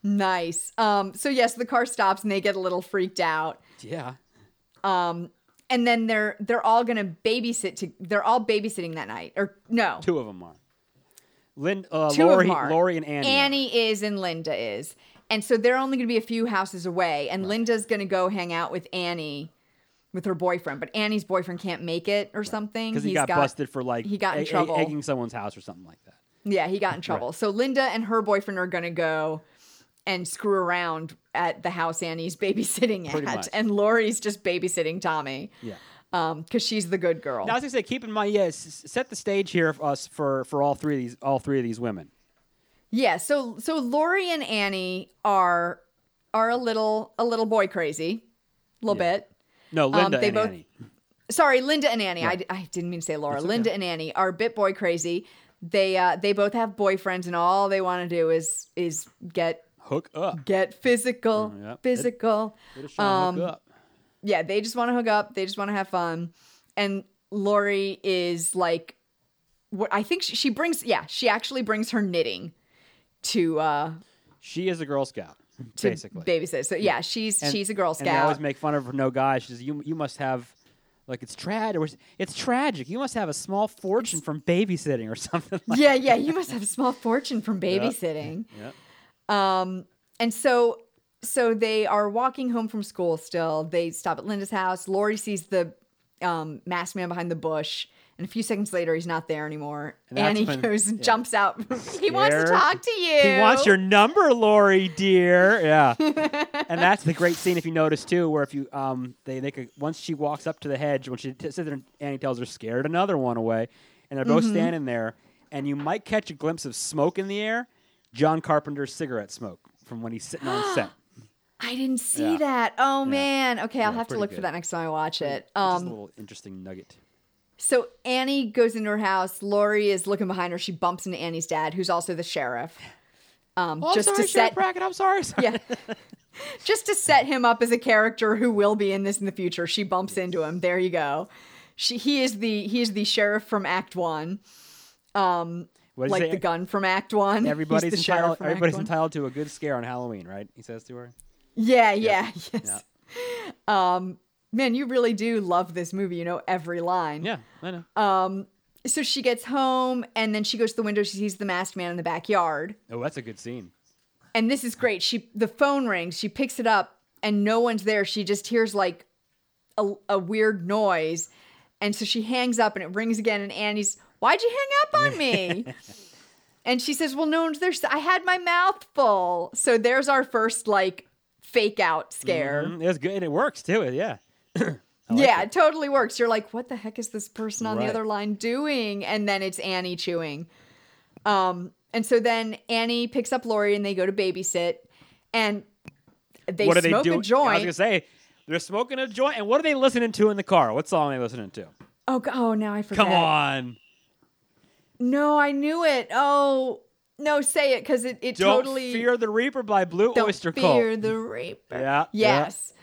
[SPEAKER 1] nice. Um. So yes, the car stops and they get a little freaked out.
[SPEAKER 2] yeah.
[SPEAKER 1] And then they're they're all gonna babysit. To they're all babysitting that night. Or no,
[SPEAKER 2] Two of them are. Lynn, uh,
[SPEAKER 1] Two
[SPEAKER 2] Lori,
[SPEAKER 1] of them are.
[SPEAKER 2] Lori, and Annie. are.
[SPEAKER 1] Annie is and Linda is. And so they're only going to be a few houses away. And Linda's going to go hang out with Annie, with her boyfriend. But Annie's boyfriend can't make it or something.
[SPEAKER 2] because he
[SPEAKER 1] He's
[SPEAKER 2] got, busted for like
[SPEAKER 1] he got in
[SPEAKER 2] egg- egg-
[SPEAKER 1] trouble.
[SPEAKER 2] egging someone's house or something like that.
[SPEAKER 1] Yeah, he got in trouble. So Linda and her boyfriend are going to go and screw around at the house Annie's babysitting
[SPEAKER 2] Pretty
[SPEAKER 1] at.
[SPEAKER 2] much.
[SPEAKER 1] And Lori's just babysitting Tommy.
[SPEAKER 2] Yeah,
[SPEAKER 1] because she's the good girl.
[SPEAKER 2] Now, I was gonna say, keep in mind, yes, s- set the stage here for us for for all three of these all three of these women.
[SPEAKER 1] Yeah, so so Lori and Annie are are a little a little boy crazy, a little
[SPEAKER 2] Yeah.
[SPEAKER 1] bit.
[SPEAKER 2] No,
[SPEAKER 1] Um,
[SPEAKER 2] Linda
[SPEAKER 1] they
[SPEAKER 2] and
[SPEAKER 1] both-
[SPEAKER 2] Annie.
[SPEAKER 1] Sorry, Linda and Annie. I d- I, didn't mean to say Laura. Linda and Annie are a bit boy crazy. They uh, they both have boyfriends, and all they want to do is is get
[SPEAKER 2] Hook up.
[SPEAKER 1] get physical,
[SPEAKER 2] Mm, yep.
[SPEAKER 1] physical.
[SPEAKER 2] Little Sean, hook up.
[SPEAKER 1] yeah, they just want to hook up. They just want to have fun. And Lori is like, what I think she, she brings. Yeah, she actually brings her knitting to uh
[SPEAKER 2] She is a Girl Scout,
[SPEAKER 1] to
[SPEAKER 2] basically.
[SPEAKER 1] babysit. So yeah, she's
[SPEAKER 2] And-
[SPEAKER 1] she's a Girl
[SPEAKER 2] And they always
[SPEAKER 1] Scout.
[SPEAKER 2] make fun of her. No guy. She says, "You you must have." Like it's trad or it's- it's tragic. You must have a small fortune from babysitting or something. Like
[SPEAKER 1] yeah, yeah, you must have a small fortune from babysitting.
[SPEAKER 2] Yep.
[SPEAKER 1] Um, and so so they are walking home from school still. They stop at Linda's house. Lori sees the um masked man behind the bush. And a few seconds later, he's not there anymore.
[SPEAKER 2] And
[SPEAKER 1] and
[SPEAKER 2] that's
[SPEAKER 1] he
[SPEAKER 2] when-
[SPEAKER 1] goes and
[SPEAKER 2] yeah.
[SPEAKER 1] jumps out. he wants to
[SPEAKER 2] Scared.
[SPEAKER 1] talk to you.
[SPEAKER 2] He wants your number, Lori dear. Yeah. and that's the great scene if you notice too, where if you um they make a once she walks up to the hedge when she t- sits there and Annie tells her scared another one away, and they're both standing there, and you might catch a glimpse of smoke in the air, John Carpenter's cigarette smoke from when he's sitting on set.
[SPEAKER 1] I didn't see
[SPEAKER 2] Yeah.
[SPEAKER 1] that. Oh man. Okay, I'll
[SPEAKER 2] Yeah,
[SPEAKER 1] have to
[SPEAKER 2] pretty
[SPEAKER 1] look for
[SPEAKER 2] good.
[SPEAKER 1] that next time I watch it.
[SPEAKER 2] Just a
[SPEAKER 1] Um,
[SPEAKER 2] little interesting nugget.
[SPEAKER 1] so Annie goes into her house. Lori is looking behind her. She bumps into Annie's dad, who's also the sheriff. Um,
[SPEAKER 2] Oh,
[SPEAKER 1] just
[SPEAKER 2] I'm
[SPEAKER 1] to
[SPEAKER 2] sorry,
[SPEAKER 1] set,
[SPEAKER 2] Sheriff Brackett. I'm sorry. sorry.
[SPEAKER 1] yeah, just to set him up as a character who will be in this in the future. She bumps into him. There you go. She, he is the he is the sheriff from Act One,
[SPEAKER 2] What does he
[SPEAKER 1] like
[SPEAKER 2] say?
[SPEAKER 1] the gun from Act One. He's
[SPEAKER 2] Everybody's
[SPEAKER 1] the sheriff
[SPEAKER 2] entitled.
[SPEAKER 1] from Act
[SPEAKER 2] Everybody's
[SPEAKER 1] One.
[SPEAKER 2] entitled to a good scare on Halloween, right? He says to her.
[SPEAKER 1] Yeah, yeah, yes. Um,
[SPEAKER 2] Yeah.
[SPEAKER 1] Man, you really do love this movie. You know every line.
[SPEAKER 2] Yeah, I know. Um,
[SPEAKER 1] so she gets home and then she goes to the window she sees the masked man in the backyard
[SPEAKER 2] oh, that's a good scene.
[SPEAKER 1] and this is great she the phone rings she picks it up and no one's there she just hears like a, a weird noise and so she hangs up and it rings again and annie's why'd you hang up on me and she says well no one's there i had my mouth full so there's our first like fake out scare
[SPEAKER 2] Mhm, It's good. and It works too. Yeah.
[SPEAKER 1] yeah, it totally works. You're like, what the heck is this person on
[SPEAKER 2] Right.
[SPEAKER 1] the other line doing? And then it's Annie chewing. Um, and so then Annie picks up Lori and they go to babysit and they
[SPEAKER 2] what are
[SPEAKER 1] smoke
[SPEAKER 2] they doing?
[SPEAKER 1] a joint.
[SPEAKER 2] I was gonna say they're smoking a joint, and what are they listening to in the car? What song are they listening to?
[SPEAKER 1] oh, go- oh, now I forgot.
[SPEAKER 2] Come on,
[SPEAKER 1] No, I knew it. Oh, no, say it because it, it
[SPEAKER 2] don't
[SPEAKER 1] totally
[SPEAKER 2] fear the Reaper by Blue
[SPEAKER 1] don't
[SPEAKER 2] Oyster
[SPEAKER 1] fear
[SPEAKER 2] Cult.
[SPEAKER 1] the raper.
[SPEAKER 2] Yeah, yeah.
[SPEAKER 1] Yes.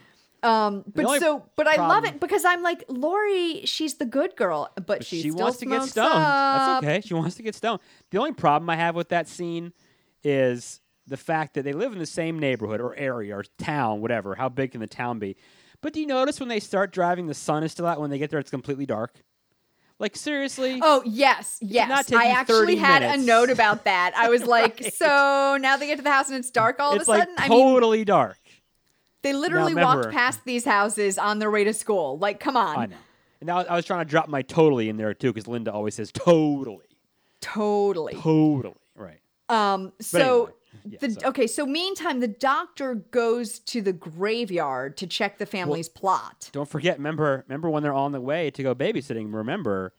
[SPEAKER 1] Um, but
[SPEAKER 2] only
[SPEAKER 1] so, but I love
[SPEAKER 2] problem-
[SPEAKER 1] it because I'm like Lori. She's the good girl, but, she,
[SPEAKER 2] she
[SPEAKER 1] still
[SPEAKER 2] wants to get
[SPEAKER 1] smokes
[SPEAKER 2] stoned.
[SPEAKER 1] up.
[SPEAKER 2] That's okay. She wants to get stoned. The only problem I have with that scene is the fact that they live in the same neighborhood or area or town, whatever. How big can the town be? But do you notice when they start driving, the sun is still out. When they get there, it's completely dark. Like seriously.
[SPEAKER 1] Oh yes, yes.
[SPEAKER 2] not take
[SPEAKER 1] I
[SPEAKER 2] you
[SPEAKER 1] actually
[SPEAKER 2] 30
[SPEAKER 1] had a
[SPEAKER 2] minutes.
[SPEAKER 1] note about that. I was like, so now they get to the house and it's dark all
[SPEAKER 2] it's
[SPEAKER 1] of a
[SPEAKER 2] like
[SPEAKER 1] sudden. I mean,
[SPEAKER 2] totally dark.
[SPEAKER 1] they literally
[SPEAKER 2] remember-
[SPEAKER 1] walked past these houses on their way to school. Like, come on,
[SPEAKER 2] I know. And now I was trying to drop my totally in there too, because Linda always says totally,
[SPEAKER 1] totally.
[SPEAKER 2] totally, right?
[SPEAKER 1] Um.
[SPEAKER 2] But
[SPEAKER 1] So.
[SPEAKER 2] anyway, yeah,
[SPEAKER 1] the,
[SPEAKER 2] sorry.
[SPEAKER 1] okay, so meantime, the doctor goes to the graveyard to check the family's plot.
[SPEAKER 2] Don't forget, remember, remember when they're on the way to go babysitting. Remember,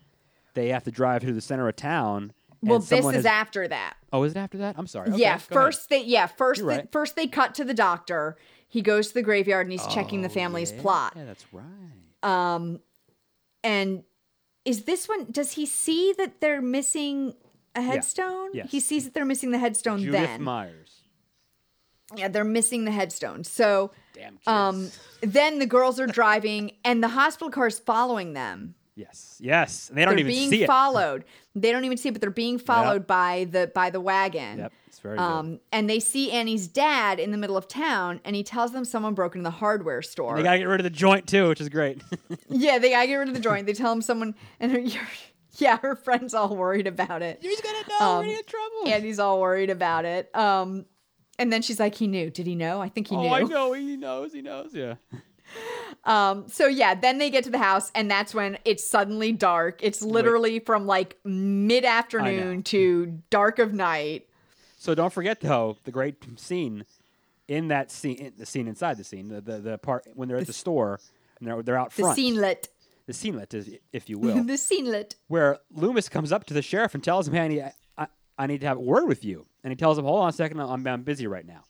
[SPEAKER 2] they have to drive through the center of town. and
[SPEAKER 1] Well, this
[SPEAKER 2] someone
[SPEAKER 1] is
[SPEAKER 2] has-
[SPEAKER 1] after that.
[SPEAKER 2] Oh, is it after that? I'm sorry. Okay,
[SPEAKER 1] yeah,
[SPEAKER 2] go ahead.
[SPEAKER 1] first they yeah first
[SPEAKER 2] You're
[SPEAKER 1] they,
[SPEAKER 2] right.
[SPEAKER 1] first they cut to the doctor. He goes to the graveyard and he's checking the
[SPEAKER 2] Oh,
[SPEAKER 1] family's
[SPEAKER 2] yeah,
[SPEAKER 1] plot. Um,
[SPEAKER 2] Yeah, that's right.
[SPEAKER 1] and is this one does he see that they're missing a headstone
[SPEAKER 2] Yes.
[SPEAKER 1] he sees that they're missing the headstone
[SPEAKER 2] Judith
[SPEAKER 1] then
[SPEAKER 2] Myers.
[SPEAKER 1] yeah they're missing the headstone so
[SPEAKER 2] Damn kids.
[SPEAKER 1] um then the girls are driving and the hospital car is following them
[SPEAKER 2] yes, yes. And they don't
[SPEAKER 1] they're
[SPEAKER 2] even
[SPEAKER 1] being
[SPEAKER 2] see it.
[SPEAKER 1] followed they don't even see it but they're being followed by the by the wagon
[SPEAKER 2] Yep, it's very good.
[SPEAKER 1] um and they see annie's dad in the middle of town and he tells them someone broke into the hardware store
[SPEAKER 2] They gotta get rid of the joint too, which is great.
[SPEAKER 1] yeah they gotta get rid of the joint they tell him someone and her, yeah her friend's all worried about it
[SPEAKER 2] He's gonna know.
[SPEAKER 1] Um,
[SPEAKER 2] we're gonna get in trouble.
[SPEAKER 1] and he's all worried about it. Um, and then she's like, "He knew? Did he know? I think he
[SPEAKER 2] oh,
[SPEAKER 1] knew."
[SPEAKER 2] I know. He knows. He knows. Yeah.
[SPEAKER 1] Um, so yeah, then they get to the house, and that's when it's suddenly dark. It's literally from like mid
[SPEAKER 2] I know.
[SPEAKER 1] afternoon to dark of night.
[SPEAKER 2] So don't forget though the great scene in that scene, in the scene inside the scene, the the, the part when they're at the store and they're they're out
[SPEAKER 1] The
[SPEAKER 2] front. Oh.
[SPEAKER 1] scenelet.
[SPEAKER 2] the scenelet, is- if you will,
[SPEAKER 1] the scenelet.
[SPEAKER 2] where Loomis comes up to the sheriff and tells him, "Hey, I need, I, I need to have a word with you." And he tells him, "Hold on a second, I'm, I'm busy right now."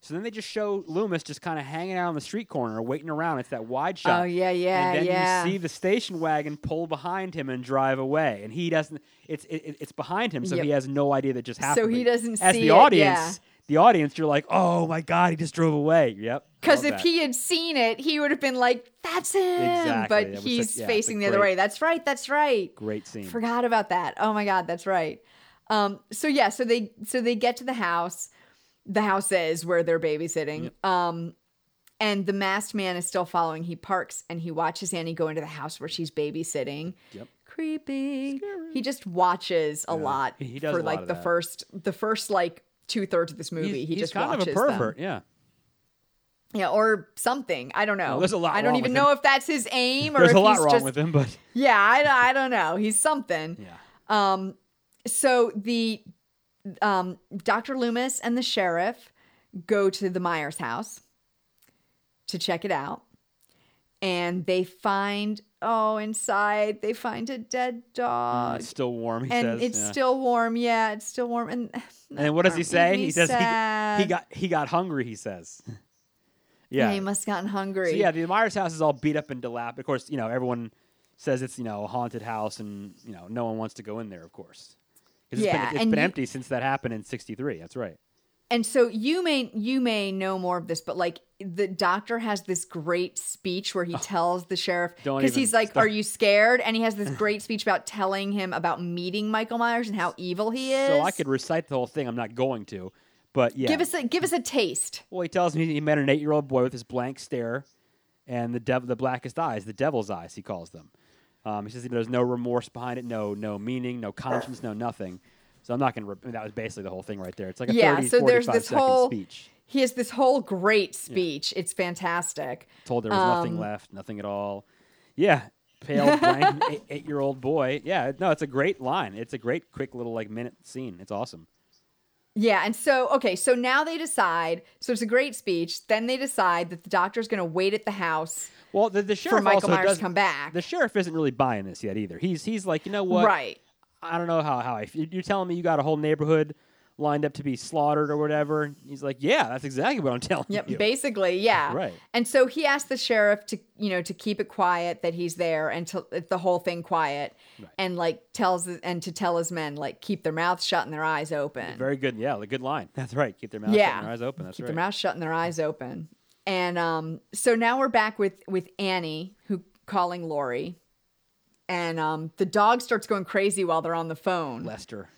[SPEAKER 2] So then they just show Loomis just kind of hanging out on the street corner, waiting around. It's that wide shot.
[SPEAKER 1] Oh yeah, yeah,
[SPEAKER 2] and then
[SPEAKER 1] yeah.
[SPEAKER 2] you see the station wagon pull behind him and drive away, and he doesn't. It's it, it- it's behind him, so
[SPEAKER 1] Yep.
[SPEAKER 2] he has no idea that just
[SPEAKER 1] So
[SPEAKER 2] happened.
[SPEAKER 1] he
[SPEAKER 2] But
[SPEAKER 1] doesn't
[SPEAKER 2] As
[SPEAKER 1] see it,
[SPEAKER 2] the
[SPEAKER 1] yeah.
[SPEAKER 2] audience, the audience, you're like, oh my god, he just drove away. Yep.
[SPEAKER 1] Because
[SPEAKER 2] love
[SPEAKER 1] if
[SPEAKER 2] that.
[SPEAKER 1] he had seen it, he would have been like, "That's him,"
[SPEAKER 2] Exactly,
[SPEAKER 1] but
[SPEAKER 2] that was such-
[SPEAKER 1] he's
[SPEAKER 2] yeah, it's a
[SPEAKER 1] facing the other
[SPEAKER 2] great-
[SPEAKER 1] way. That's right. That's right.
[SPEAKER 2] great scene.
[SPEAKER 1] Forgot about that. Oh my god, that's right. Um, so yeah, so they so they get to the house. The house is where they're babysitting. Um, and the masked man is still following. He parks and he watches Annie go into the house where she's babysitting.
[SPEAKER 2] Yep.
[SPEAKER 1] Creepy. He just watches a lot
[SPEAKER 2] he- he does
[SPEAKER 1] for
[SPEAKER 2] a lot
[SPEAKER 1] like
[SPEAKER 2] of
[SPEAKER 1] the
[SPEAKER 2] that.
[SPEAKER 1] first the first like two thirds of this
[SPEAKER 2] He's,
[SPEAKER 1] movie. he
[SPEAKER 2] he's
[SPEAKER 1] just
[SPEAKER 2] kind
[SPEAKER 1] watches
[SPEAKER 2] of a
[SPEAKER 1] them.
[SPEAKER 2] pervert. Yeah.
[SPEAKER 1] Yeah, or something. I don't know.
[SPEAKER 2] Well, there's a lot
[SPEAKER 1] I don't
[SPEAKER 2] wrong
[SPEAKER 1] even
[SPEAKER 2] with
[SPEAKER 1] know
[SPEAKER 2] him.
[SPEAKER 1] if that's his aim or
[SPEAKER 2] There's
[SPEAKER 1] if
[SPEAKER 2] a lot
[SPEAKER 1] he's
[SPEAKER 2] wrong
[SPEAKER 1] just,
[SPEAKER 2] with him, but
[SPEAKER 1] Yeah, I, I don't know. He's something.
[SPEAKER 2] yeah.
[SPEAKER 1] Um, so the um, Dr. Loomis and the sheriff go to the Myers house to check it out, and they find oh, inside they find a dead dog.
[SPEAKER 2] it's still warm. He
[SPEAKER 1] and
[SPEAKER 2] says.
[SPEAKER 1] it's
[SPEAKER 2] yeah.
[SPEAKER 1] still warm. Yeah, it's still warm. And,
[SPEAKER 2] And then what does he
[SPEAKER 1] Made
[SPEAKER 2] say?
[SPEAKER 1] me
[SPEAKER 2] He says he,
[SPEAKER 1] sad.
[SPEAKER 2] he got he got hungry. He says.
[SPEAKER 1] yeah.
[SPEAKER 2] yeah.
[SPEAKER 1] he must have gotten hungry.
[SPEAKER 2] So yeah, the Myers house is all beat up and dilapidated. Of course, you know everyone says it's you know a haunted house, and you know no one wants to go in there. Of course, 'Cause it's been,
[SPEAKER 1] Yeah,
[SPEAKER 2] it's
[SPEAKER 1] and
[SPEAKER 2] been
[SPEAKER 1] you-
[SPEAKER 2] empty since that happened in '63. That's right.
[SPEAKER 1] and so you may you may know more of this but like the doctor has this great speech where he tells the sheriff
[SPEAKER 2] Oh, Don't
[SPEAKER 1] because
[SPEAKER 2] even
[SPEAKER 1] he's like
[SPEAKER 2] start.
[SPEAKER 1] are you scared and he has this great speech about telling him about meeting michael myers and how evil he is
[SPEAKER 2] So I could recite the whole thing. I'm not going to, but yeah.
[SPEAKER 1] give us a give us a taste
[SPEAKER 2] well, he tells me he met an eight-year-old boy with his blank stare, and the dev- the blackest eyes, the devil's eyes, he calls them. Um, he says you know, there's no remorse behind it, no no meaning, no conscience, no nothing. So I'm not going to. Re- I mean, that was basically the whole thing right there. It's like a
[SPEAKER 1] Yeah,
[SPEAKER 2] 30,
[SPEAKER 1] so there's
[SPEAKER 2] 45
[SPEAKER 1] this
[SPEAKER 2] second
[SPEAKER 1] whole-
[SPEAKER 2] speech.
[SPEAKER 1] he has this whole great speech it's fantastic
[SPEAKER 2] told there was
[SPEAKER 1] um,
[SPEAKER 2] nothing left, nothing at all. Yeah, pale, blank, eight, eight-year-old boy. Yeah, no, it's a great line. It's a great, quick little like minute scene. It's awesome.
[SPEAKER 1] Yeah, and so okay, so now they decide. So it's a great speech. Then they decide that the doctor's going to wait at the house
[SPEAKER 2] Well, the, the sheriff
[SPEAKER 1] for Michael
[SPEAKER 2] also
[SPEAKER 1] Myers to
[SPEAKER 2] doesn't-
[SPEAKER 1] come back.
[SPEAKER 2] The sheriff isn't really buying this yet either. He's he's like, you know what?
[SPEAKER 1] Right.
[SPEAKER 2] I don't know how how I, you- you're telling me you got a whole neighborhood lined up to be slaughtered or whatever. And He's like, yeah, that's exactly what I'm telling
[SPEAKER 1] Yep,
[SPEAKER 2] you.
[SPEAKER 1] basically, yeah.
[SPEAKER 2] Right.
[SPEAKER 1] And so he asked the sheriff to, you know, to keep it quiet that he's there and to the whole thing quiet, and like tells and to tell his men like keep their mouths shut and their eyes open.
[SPEAKER 2] Very good. Yeah, a good line. That's right. Keep their mouths shut
[SPEAKER 1] yeah,
[SPEAKER 2] and their eyes open. That's
[SPEAKER 1] keep
[SPEAKER 2] right.
[SPEAKER 1] their mouths shut and their eyes open. And um, so now we're back with with Annie who calling Lori, and um, the dog starts going crazy while they're on the phone.
[SPEAKER 2] Lester.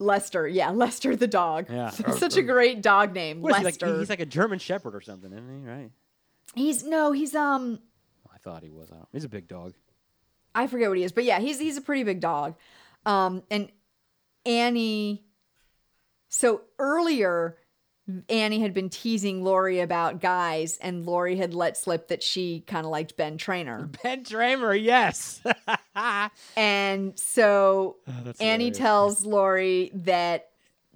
[SPEAKER 1] Lester, yeah, Lester the dog.
[SPEAKER 2] Yeah.
[SPEAKER 1] such a great dog name,
[SPEAKER 2] What is he, like,
[SPEAKER 1] Lester.
[SPEAKER 2] he- he's like a German Shepherd or something, isn't he? Right.
[SPEAKER 1] he's no, he's um.
[SPEAKER 2] I thought he was. I don't, he's a big dog.
[SPEAKER 1] I forget what he is, but yeah, he's he's a pretty big dog. Um, and Annie. So earlier, Annie had been teasing Lori about guys, and Lori had let slip that she kind of liked Ben Trainer.
[SPEAKER 2] Ben Tramer, yes.
[SPEAKER 1] And so
[SPEAKER 2] Ah, that's
[SPEAKER 1] Annie
[SPEAKER 2] hilarious.
[SPEAKER 1] tells Lori that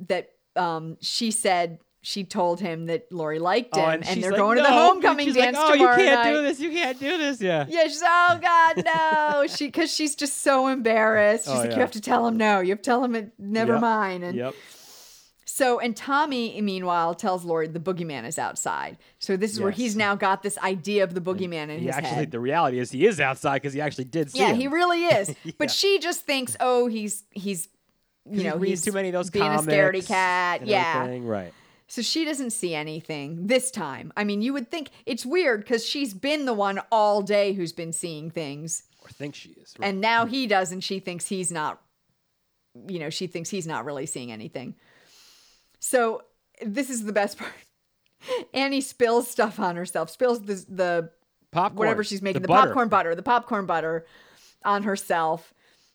[SPEAKER 1] that um, she said she told him that Lori liked him, and,
[SPEAKER 2] Oh, she's
[SPEAKER 1] they're
[SPEAKER 2] like,
[SPEAKER 1] going to the
[SPEAKER 2] "No."
[SPEAKER 1] homecoming
[SPEAKER 2] she's
[SPEAKER 1] dance
[SPEAKER 2] like, oh,
[SPEAKER 1] tomorrow
[SPEAKER 2] you can't
[SPEAKER 1] night.
[SPEAKER 2] do this. You can't do this. Yeah.
[SPEAKER 1] Yeah, she's oh god no. She because she's just so embarrassed. She's
[SPEAKER 2] Oh,
[SPEAKER 1] like,
[SPEAKER 2] yeah.
[SPEAKER 1] you have to tell him no. You have to tell him it, never
[SPEAKER 2] Yep.
[SPEAKER 1] mind. And
[SPEAKER 2] Yep.
[SPEAKER 1] so and Tommy meanwhile tells Lori the boogeyman is outside. So this is where
[SPEAKER 2] Yes.
[SPEAKER 1] he's now got this idea of the boogeyman in
[SPEAKER 2] He
[SPEAKER 1] his
[SPEAKER 2] actually,
[SPEAKER 1] head.
[SPEAKER 2] the reality is, he is outside because he actually did see
[SPEAKER 1] yeah,
[SPEAKER 2] him.
[SPEAKER 1] he really is.
[SPEAKER 2] Yeah.
[SPEAKER 1] But she just thinks, oh, he's he's you know
[SPEAKER 2] he
[SPEAKER 1] he's
[SPEAKER 2] reads too many of those
[SPEAKER 1] being
[SPEAKER 2] comics.
[SPEAKER 1] a scaredy cat.
[SPEAKER 2] and
[SPEAKER 1] Yeah.
[SPEAKER 2] everything, Right.
[SPEAKER 1] So she doesn't see anything this time. I mean, you would think it's weird because she's been the one all day who's been seeing things.
[SPEAKER 2] Or think she is. Right.
[SPEAKER 1] and now he does and she thinks he's not you know she thinks he's not really seeing anything so this is the best part annie spills stuff on herself spills the, the
[SPEAKER 2] popcorn.
[SPEAKER 1] whatever she's making the,
[SPEAKER 2] butter.
[SPEAKER 1] popcorn butter the popcorn butter on herself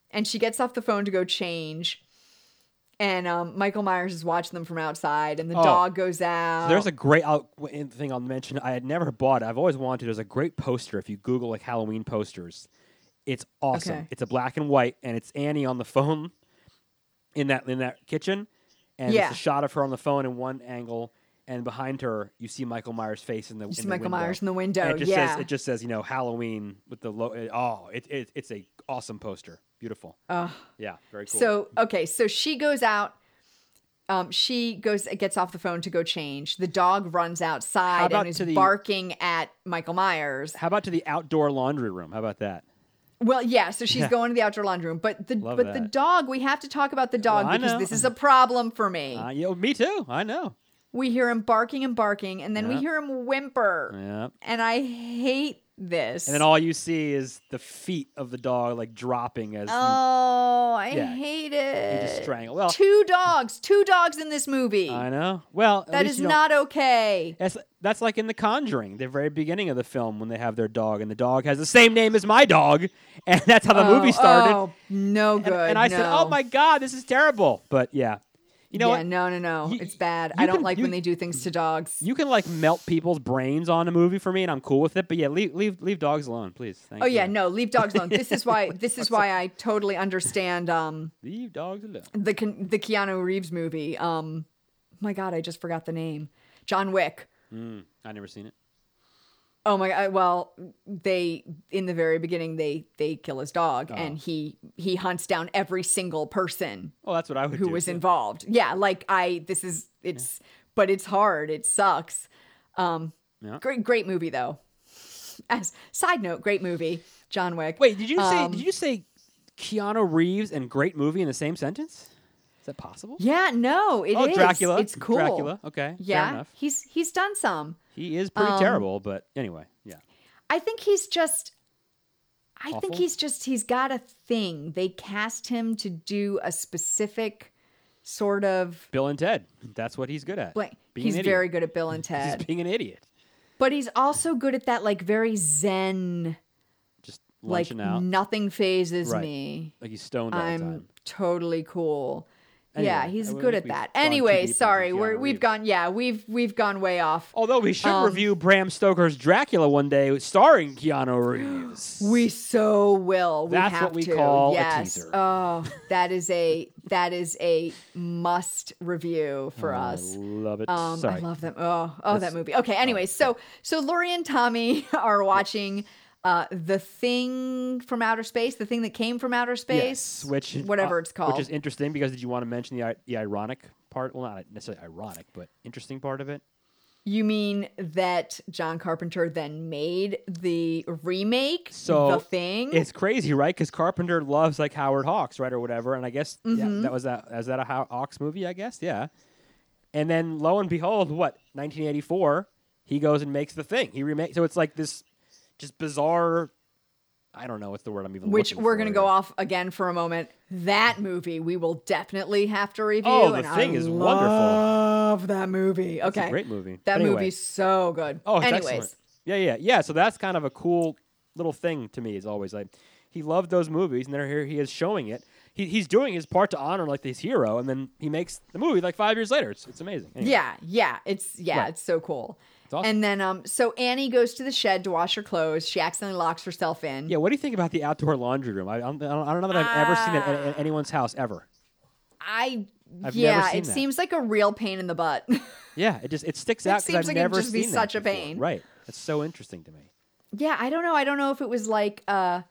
[SPEAKER 1] and she gets off the phone to go change and um, michael myers is watching them from outside and the
[SPEAKER 2] Oh.
[SPEAKER 1] dog goes out
[SPEAKER 2] There's a great I'll, w- thing I'll mention. I had never bought. it. I've always wanted. to. There's a great poster. If you Google like Halloween posters, it's awesome.
[SPEAKER 1] Okay.
[SPEAKER 2] It's a black and white, and it's Annie on the phone in that in that kitchen, and
[SPEAKER 1] Yeah.
[SPEAKER 2] it's a shot of her on the phone in one angle, and behind her you see Michael Myers' face in the
[SPEAKER 1] You see
[SPEAKER 2] in the
[SPEAKER 1] Michael
[SPEAKER 2] window.
[SPEAKER 1] Myers in the window.
[SPEAKER 2] And it just
[SPEAKER 1] yeah.
[SPEAKER 2] says it just says you know Halloween with the low. It, oh, it, it it's a awesome poster. Beautiful.
[SPEAKER 1] Ugh.
[SPEAKER 2] Yeah, very cool.
[SPEAKER 1] So okay, so she goes out. Um, she goes gets off the phone to go change. The dog runs outside
[SPEAKER 2] about
[SPEAKER 1] and is
[SPEAKER 2] to the-
[SPEAKER 1] barking at Michael Myers.
[SPEAKER 2] how about to the outdoor laundry room? How about that?
[SPEAKER 1] Well, yeah, so she's
[SPEAKER 2] Yeah.
[SPEAKER 1] going to the outdoor laundry room, but the
[SPEAKER 2] Love
[SPEAKER 1] but the
[SPEAKER 2] that.
[SPEAKER 1] dog. We have to talk about the dog
[SPEAKER 2] Well, I
[SPEAKER 1] because
[SPEAKER 2] know.
[SPEAKER 1] this is a problem for me.
[SPEAKER 2] Uh, yeah, me too. I know.
[SPEAKER 1] we hear him barking and barking, and then we
[SPEAKER 2] Yeah.
[SPEAKER 1] hear him whimper,
[SPEAKER 2] Yeah.
[SPEAKER 1] and I hate this.
[SPEAKER 2] And then all you see is the feet of the dog like dropping as
[SPEAKER 1] oh, I
[SPEAKER 2] Yeah.
[SPEAKER 1] hate
[SPEAKER 2] you,
[SPEAKER 1] it.
[SPEAKER 2] you just strangle. Well,
[SPEAKER 1] two dogs, two dogs in this movie.
[SPEAKER 2] I know. Well, at
[SPEAKER 1] That
[SPEAKER 2] least
[SPEAKER 1] is
[SPEAKER 2] you don't-
[SPEAKER 1] not okay.
[SPEAKER 2] That's, that's like in The Conjuring, the very beginning of the film when they have their dog, and the dog has the same name as my dog, and that's how the
[SPEAKER 1] Oh,
[SPEAKER 2] movie started.
[SPEAKER 1] Oh, no
[SPEAKER 2] and,
[SPEAKER 1] good.
[SPEAKER 2] and I said,
[SPEAKER 1] no.
[SPEAKER 2] "Oh my god, this is terrible." But yeah, you know
[SPEAKER 1] yeah,
[SPEAKER 2] what?
[SPEAKER 1] no, no, no.
[SPEAKER 2] You-
[SPEAKER 1] it's bad.
[SPEAKER 2] you
[SPEAKER 1] I don't
[SPEAKER 2] can-
[SPEAKER 1] like
[SPEAKER 2] you-
[SPEAKER 1] when they do things to dogs.
[SPEAKER 2] You can like melt people's brains on a movie for me, and I'm cool with it. But yeah, leave leave leave dogs alone, please. Thank
[SPEAKER 1] oh
[SPEAKER 2] you.
[SPEAKER 1] yeah, no, leave dogs alone. This is why. This is why I totally understand um
[SPEAKER 2] leave dogs alone.
[SPEAKER 1] the Ke- the Keanu Reeves movie. Um, my God, I just forgot the name. John Wick.
[SPEAKER 2] Mm, I never seen it.
[SPEAKER 1] Oh my God. Well, they in the very beginning they they kill his dog and he he hunts down every single person
[SPEAKER 2] Oh, that's what I would
[SPEAKER 1] who
[SPEAKER 2] do.
[SPEAKER 1] was
[SPEAKER 2] too.
[SPEAKER 1] involved. Yeah, like I this is it's but it's hard. It sucks. Um
[SPEAKER 2] Yeah.
[SPEAKER 1] great great movie though. As side note, great movie. John Wick.
[SPEAKER 2] Wait, did you say
[SPEAKER 1] Um,
[SPEAKER 2] did you say Keanu Reeves and great movie in the same sentence? Is that possible?
[SPEAKER 1] Yeah, no, it is.
[SPEAKER 2] oh, Dracula.
[SPEAKER 1] It's cool.
[SPEAKER 2] Dracula. Okay.
[SPEAKER 1] Yeah.
[SPEAKER 2] Fair enough.
[SPEAKER 1] He's he's done some.
[SPEAKER 2] He is pretty
[SPEAKER 1] Um,
[SPEAKER 2] terrible, but anyway, yeah.
[SPEAKER 1] I think he's just I think
[SPEAKER 2] Awful?
[SPEAKER 1] he's just he's got a thing. They cast him to do a specific sort of
[SPEAKER 2] Bill and Ted. That's what he's good at.
[SPEAKER 1] blank.
[SPEAKER 2] Being
[SPEAKER 1] he's
[SPEAKER 2] an idiot.
[SPEAKER 1] very good at Bill and
[SPEAKER 2] He's
[SPEAKER 1] Ted.
[SPEAKER 2] being an idiot.
[SPEAKER 1] but he's also good at that like very zen
[SPEAKER 2] Just
[SPEAKER 1] like
[SPEAKER 2] lunching out.
[SPEAKER 1] nothing phases
[SPEAKER 2] Right.
[SPEAKER 1] me.
[SPEAKER 2] Like he's stoned all the
[SPEAKER 1] I'm
[SPEAKER 2] time.
[SPEAKER 1] totally cool. yeah,
[SPEAKER 2] Anyway,
[SPEAKER 1] he's
[SPEAKER 2] I- I
[SPEAKER 1] good
[SPEAKER 2] think
[SPEAKER 1] at
[SPEAKER 2] we've
[SPEAKER 1] that.
[SPEAKER 2] gone too deep
[SPEAKER 1] Anyway,
[SPEAKER 2] into
[SPEAKER 1] sorry, we're,
[SPEAKER 2] Keanu
[SPEAKER 1] we've
[SPEAKER 2] Reeves.
[SPEAKER 1] gone. Yeah, we've we've gone way off.
[SPEAKER 2] Although we should
[SPEAKER 1] Um,
[SPEAKER 2] review Bram Stoker's Dracula one day, starring Keanu Reeves.
[SPEAKER 1] We so will. We
[SPEAKER 2] That's
[SPEAKER 1] have
[SPEAKER 2] what we
[SPEAKER 1] to.
[SPEAKER 2] call a
[SPEAKER 1] yes.
[SPEAKER 2] teaser.
[SPEAKER 1] Oh, that is a that is a must review for us.
[SPEAKER 2] I love it.
[SPEAKER 1] Um,
[SPEAKER 2] Oh, Sorry.
[SPEAKER 1] I love them. Oh, oh, that
[SPEAKER 2] That's-
[SPEAKER 1] movie. Okay. Anyway, so so Lori and Tommy are watching uh, the thing from outer space, the thing that came from outer space,
[SPEAKER 2] Yes, which is-
[SPEAKER 1] whatever
[SPEAKER 2] uh,
[SPEAKER 1] it's called.
[SPEAKER 2] which is interesting because did you want to mention the i- the ironic part? Well, not necessarily ironic, but interesting part of it.
[SPEAKER 1] you mean that John Carpenter then made the remake,
[SPEAKER 2] So
[SPEAKER 1] the thing?
[SPEAKER 2] It's crazy, right? Because Carpenter loves like Howard Hawks, right, or whatever. And I guess yeah,
[SPEAKER 1] Mm-hmm.
[SPEAKER 2] that was that. Is that a Howard Hawks movie? I guess, yeah. And then lo and behold, what 1984? He goes and makes the thing. He remakes. So it's like this, just bizarre. I don't know what's the word I'm even.
[SPEAKER 1] which
[SPEAKER 2] looking
[SPEAKER 1] we're
[SPEAKER 2] for
[SPEAKER 1] going to
[SPEAKER 2] here.
[SPEAKER 1] go off again for a moment. That movie we will definitely have to review.
[SPEAKER 2] Oh, the
[SPEAKER 1] and
[SPEAKER 2] thing
[SPEAKER 1] I
[SPEAKER 2] is wonderful.
[SPEAKER 1] love that movie.
[SPEAKER 2] It's
[SPEAKER 1] Okay,
[SPEAKER 2] a great movie.
[SPEAKER 1] That
[SPEAKER 2] But anyway.
[SPEAKER 1] movie's so good.
[SPEAKER 2] Oh, it's
[SPEAKER 1] anyways,
[SPEAKER 2] excellent. Yeah, yeah, yeah. So that's kind of a cool little thing to me. Is always like he loved those movies, and there here he is showing it. He, he's doing his part to honor like this hero, and then he makes the movie like five years later. It's, it's amazing. Anyway,
[SPEAKER 1] yeah, yeah, it's yeah,
[SPEAKER 2] Right.
[SPEAKER 1] it's so cool.
[SPEAKER 2] It's awesome.
[SPEAKER 1] And then, um, so Annie goes to the shed to wash her clothes. She accidentally locks herself in.
[SPEAKER 2] yeah. What do you think about the outdoor laundry room? I, I, don't, I don't know that I've ever seen it at,
[SPEAKER 1] Ah.
[SPEAKER 2] at anyone's house ever.
[SPEAKER 1] I.
[SPEAKER 2] I've never
[SPEAKER 1] yeah,
[SPEAKER 2] seen
[SPEAKER 1] it
[SPEAKER 2] that.
[SPEAKER 1] seems like a real pain in the butt.
[SPEAKER 2] Yeah, it just it sticks out because
[SPEAKER 1] seems
[SPEAKER 2] I've
[SPEAKER 1] like it'd
[SPEAKER 2] never
[SPEAKER 1] just be
[SPEAKER 2] seen that
[SPEAKER 1] such a
[SPEAKER 2] before.
[SPEAKER 1] pain.
[SPEAKER 2] Right. That's so interesting to me.
[SPEAKER 1] yeah, I don't know. I don't know if it was like uh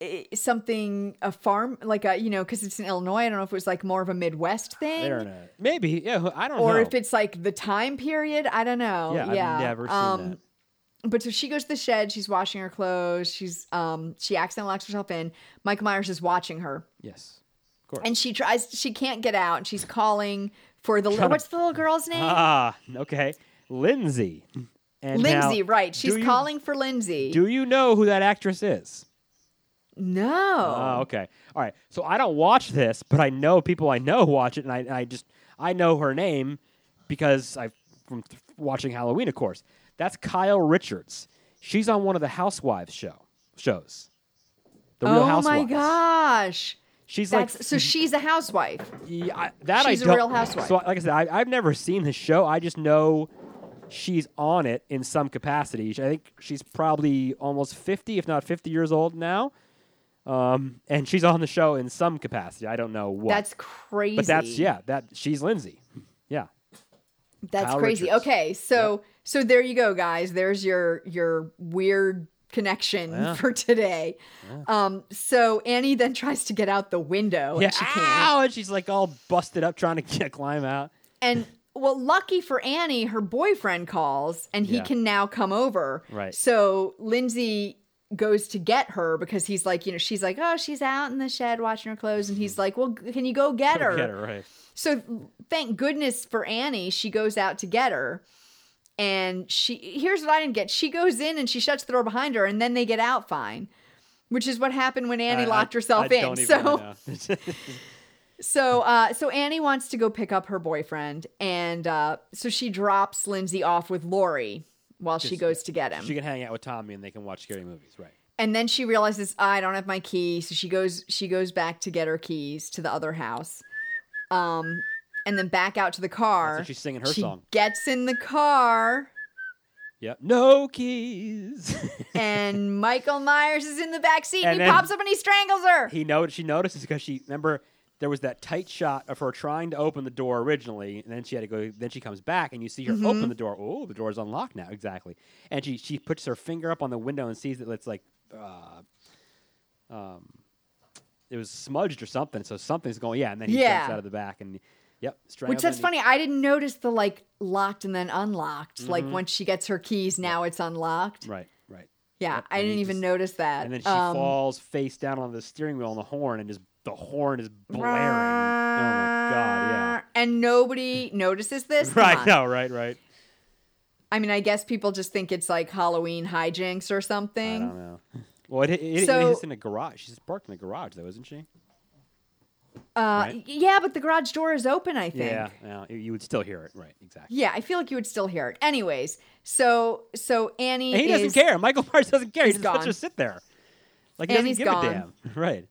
[SPEAKER 1] i- something a farm like a you know because it's in Illinois. I don't know if it was like more of a Midwest thing.
[SPEAKER 2] I don't know. Maybe. Yeah. who- I don't
[SPEAKER 1] or
[SPEAKER 2] know.
[SPEAKER 1] if it's like the time period. I don't know.
[SPEAKER 2] yeah,
[SPEAKER 1] Yeah, um,
[SPEAKER 2] I've never seen that.
[SPEAKER 1] But so she goes to the shed. She's washing her clothes. She's um she accidentally locks herself in. Michael Myers is watching her,
[SPEAKER 2] Yes. Of course.
[SPEAKER 1] and she tries. She can't get out, and she's calling for the. Li-
[SPEAKER 2] Trying to-
[SPEAKER 1] what's the little girl's name?
[SPEAKER 2] Ah, okay. Lindsay. And now,
[SPEAKER 1] Lindsay, right? She's
[SPEAKER 2] do you-
[SPEAKER 1] calling for Lindsay.
[SPEAKER 2] Do you know who that actress is?
[SPEAKER 1] no.
[SPEAKER 2] Oh, okay. All right. So I don't watch this, but I know people I know watch it, and I, and I just I know her name because I from th- watching Halloween, of course. That's Kyle Richards. She's on one of the Housewives show shows. The Real
[SPEAKER 1] oh
[SPEAKER 2] Housewives.
[SPEAKER 1] my gosh.
[SPEAKER 2] She's like
[SPEAKER 1] That's so she's a housewife.
[SPEAKER 2] Yeah, I, that
[SPEAKER 1] She's
[SPEAKER 2] I
[SPEAKER 1] a
[SPEAKER 2] don't,
[SPEAKER 1] real housewife.
[SPEAKER 2] So, like I said, I, I've never seen the show. I just know she's on it in some capacity. She- I think she's probably almost fifty, if not fifty years old now, um, and she's on the show in some capacity. I don't know what.
[SPEAKER 1] That's crazy.
[SPEAKER 2] but that's yeah. That she's Lindsay. Yeah,
[SPEAKER 1] That's
[SPEAKER 2] Kyle
[SPEAKER 1] crazy.
[SPEAKER 2] Richards.
[SPEAKER 1] Okay, so so there you go, guys. There's your your weird connection
[SPEAKER 2] Yeah.
[SPEAKER 1] for today. Um, so Annie then tries to get out the window,
[SPEAKER 2] yeah,
[SPEAKER 1] and
[SPEAKER 2] Ah!
[SPEAKER 1] she can't.
[SPEAKER 2] ow, and she's like all busted up trying to get, climb out.
[SPEAKER 1] And well, lucky for Annie, her boyfriend calls, and he
[SPEAKER 2] Yeah.
[SPEAKER 1] can now come over.
[SPEAKER 2] Right.
[SPEAKER 1] So Lindsay goes to get her because he's like, you know, she's like, oh, she's out in the shed washing her clothes, and he's like, well, can you go get her?
[SPEAKER 2] Mm-hmm. Get her right.
[SPEAKER 1] So thank goodness for Annie, she goes out to get her. And she here's what I didn't get. She goes in and she shuts the door behind her and then they get out fine. Which is what happened when Annie
[SPEAKER 2] I- I-
[SPEAKER 1] locked herself
[SPEAKER 2] I
[SPEAKER 1] in.
[SPEAKER 2] don't even
[SPEAKER 1] so
[SPEAKER 2] wanna know.
[SPEAKER 1] so uh so Annie wants to go pick up her boyfriend and uh so she drops Lindsay off with Lori while she
[SPEAKER 2] Just-
[SPEAKER 1] goes to get him.
[SPEAKER 2] she can hang out with Tommy and they can watch scary movies, right?
[SPEAKER 1] and then she realizes I don't have my key, so she goes she goes back to get her keys to the other house. Um and then back out to the car.
[SPEAKER 2] That's what she's singing her
[SPEAKER 1] she
[SPEAKER 2] song.
[SPEAKER 1] gets in the car
[SPEAKER 2] Yep. No keys.
[SPEAKER 1] and Michael Myers is in the back seat and,
[SPEAKER 2] And
[SPEAKER 1] he
[SPEAKER 2] then-
[SPEAKER 1] pops up and he strangles her.
[SPEAKER 2] he know she notices because she remember there was that tight shot of her trying to open the door originally, and then she had to go. Then she comes back, and you see her
[SPEAKER 1] Mm-hmm.
[SPEAKER 2] open the door. Oh, the door is unlocked now, exactly. And she she puts her finger up on the window and sees that it's like, uh, um, it was smudged or something. So something's going. Yeah, and then he
[SPEAKER 1] Yeah.
[SPEAKER 2] jumps out of the back and yep,
[SPEAKER 1] which
[SPEAKER 2] strangles
[SPEAKER 1] that's
[SPEAKER 2] and
[SPEAKER 1] funny.
[SPEAKER 2] he-
[SPEAKER 1] I didn't notice the like locked and then unlocked. Like once she gets her keys, now it's unlocked.
[SPEAKER 2] Mm-hmm. Right, right.
[SPEAKER 1] Yeah,
[SPEAKER 2] Yep,
[SPEAKER 1] I
[SPEAKER 2] and he
[SPEAKER 1] didn't even
[SPEAKER 2] just-
[SPEAKER 1] notice that.
[SPEAKER 2] And then she
[SPEAKER 1] Um,
[SPEAKER 2] falls face down on the steering wheel on the horn, and just the horn is blaring. oh my god, yeah.
[SPEAKER 1] And nobody notices this. Come
[SPEAKER 2] Right,
[SPEAKER 1] on.
[SPEAKER 2] no, right, right.
[SPEAKER 1] I mean, I guess people just think it's like Halloween hijinks or
[SPEAKER 2] I
[SPEAKER 1] something.
[SPEAKER 2] don't know. Well, it, it, it,
[SPEAKER 1] So-
[SPEAKER 2] it is in a garage. She's parked in the garage, though, isn't she?
[SPEAKER 1] Uh,
[SPEAKER 2] Right.
[SPEAKER 1] Yeah, but the garage door is open. I think.
[SPEAKER 2] Yeah, yeah. You you would still hear it, right? Exactly.
[SPEAKER 1] Yeah, I feel like you would still hear it. Anyways, so so Annie
[SPEAKER 2] And he doesn't
[SPEAKER 1] is-
[SPEAKER 2] care. Michael Myers doesn't care. He
[SPEAKER 1] he's
[SPEAKER 2] just lets
[SPEAKER 1] gone.
[SPEAKER 2] her sit there, like he
[SPEAKER 1] And
[SPEAKER 2] doesn't
[SPEAKER 1] he's
[SPEAKER 2] give a
[SPEAKER 1] gone.
[SPEAKER 2] damn. Right.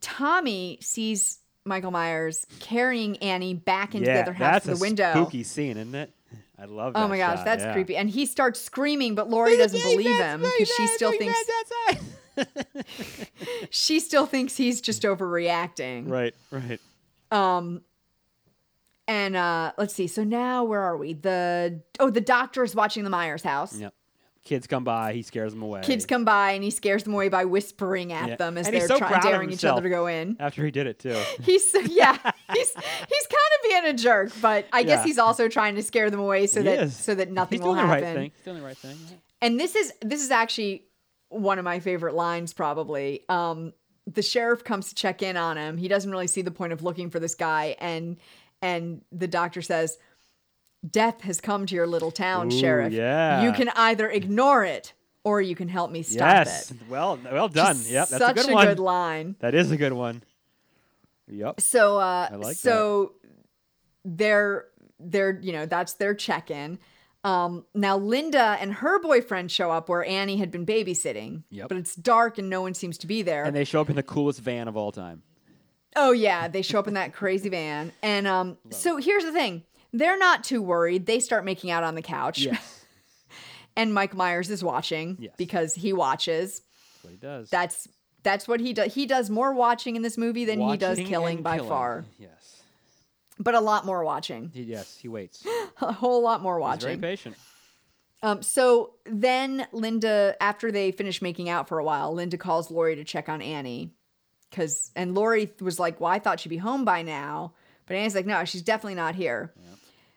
[SPEAKER 1] Tommy sees Michael Myers carrying Annie back into
[SPEAKER 2] yeah,
[SPEAKER 1] the other half
[SPEAKER 2] that's
[SPEAKER 1] of the
[SPEAKER 2] a
[SPEAKER 1] window.
[SPEAKER 2] spooky scene, isn't it? I love. that
[SPEAKER 1] oh my gosh,
[SPEAKER 2] shot,
[SPEAKER 1] that's
[SPEAKER 2] yeah.
[SPEAKER 1] creepy. And he starts screaming, but Lori doesn't believe him because she still thinks she still thinks he's just overreacting.
[SPEAKER 2] right, right.
[SPEAKER 1] And uh let's see. So now where are we? The oh, the doctor is watching the Myers house.
[SPEAKER 2] Yep. Kids come by. He scares them away.
[SPEAKER 1] Kids come by and he scares them away by whispering at
[SPEAKER 2] Yeah.
[SPEAKER 1] them as
[SPEAKER 2] And he's
[SPEAKER 1] they're
[SPEAKER 2] so
[SPEAKER 1] try-
[SPEAKER 2] proud of
[SPEAKER 1] daring each other
[SPEAKER 2] himself.
[SPEAKER 1] to go in.
[SPEAKER 2] after he did it too.
[SPEAKER 1] He's so- yeah, he's he's kind of being a jerk, but I guess
[SPEAKER 2] Yeah.
[SPEAKER 1] he's also trying to scare them away so
[SPEAKER 2] He
[SPEAKER 1] that
[SPEAKER 2] is.
[SPEAKER 1] so that nothing
[SPEAKER 2] He's
[SPEAKER 1] will
[SPEAKER 2] doing the
[SPEAKER 1] happen.
[SPEAKER 2] right thing. He's doing the right thing.
[SPEAKER 1] And this is this is actually one of my favorite lines probably. Um the sheriff comes to check in on him. He doesn't really see the point of looking for this guy and and the doctor says, "Death has come to your little town,
[SPEAKER 2] Ooh,
[SPEAKER 1] sheriff.
[SPEAKER 2] yeah.
[SPEAKER 1] You can either ignore it or you can help me stop
[SPEAKER 2] yes.
[SPEAKER 1] it."
[SPEAKER 2] Well, well done.
[SPEAKER 1] Just
[SPEAKER 2] Yep. That's
[SPEAKER 1] such
[SPEAKER 2] a good one.
[SPEAKER 1] line.
[SPEAKER 2] That is a good one. Yep.
[SPEAKER 1] So uh
[SPEAKER 2] I like
[SPEAKER 1] so they're they're you know that's their check-in. Um now Linda and her boyfriend show up where Annie had been babysitting.
[SPEAKER 2] Yep.
[SPEAKER 1] But it's dark and no one seems to be there.
[SPEAKER 2] And they show up in the coolest van of all time.
[SPEAKER 1] oh yeah, they show up in that crazy van. And um so here's the thing. They're not too worried. They start making out on the couch
[SPEAKER 2] Yes.
[SPEAKER 1] and Mike Myers is watching
[SPEAKER 2] Yes.
[SPEAKER 1] because he watches.
[SPEAKER 2] That's what he does.
[SPEAKER 1] That's that's what he does. He does more watching in this movie than he does
[SPEAKER 2] Watching
[SPEAKER 1] killing
[SPEAKER 2] and
[SPEAKER 1] by far.
[SPEAKER 2] Yes.
[SPEAKER 1] But a lot more watching.
[SPEAKER 2] He, yes, he waits.
[SPEAKER 1] A whole lot more
[SPEAKER 2] He's very
[SPEAKER 1] watching.
[SPEAKER 2] patient.
[SPEAKER 1] Um, so then Linda, after they finish making out for a while, Linda calls Lori to check on Annie. Cause and Lori was like, Well, I thought she'd be home by now. But Annie's like, No, she's definitely not here.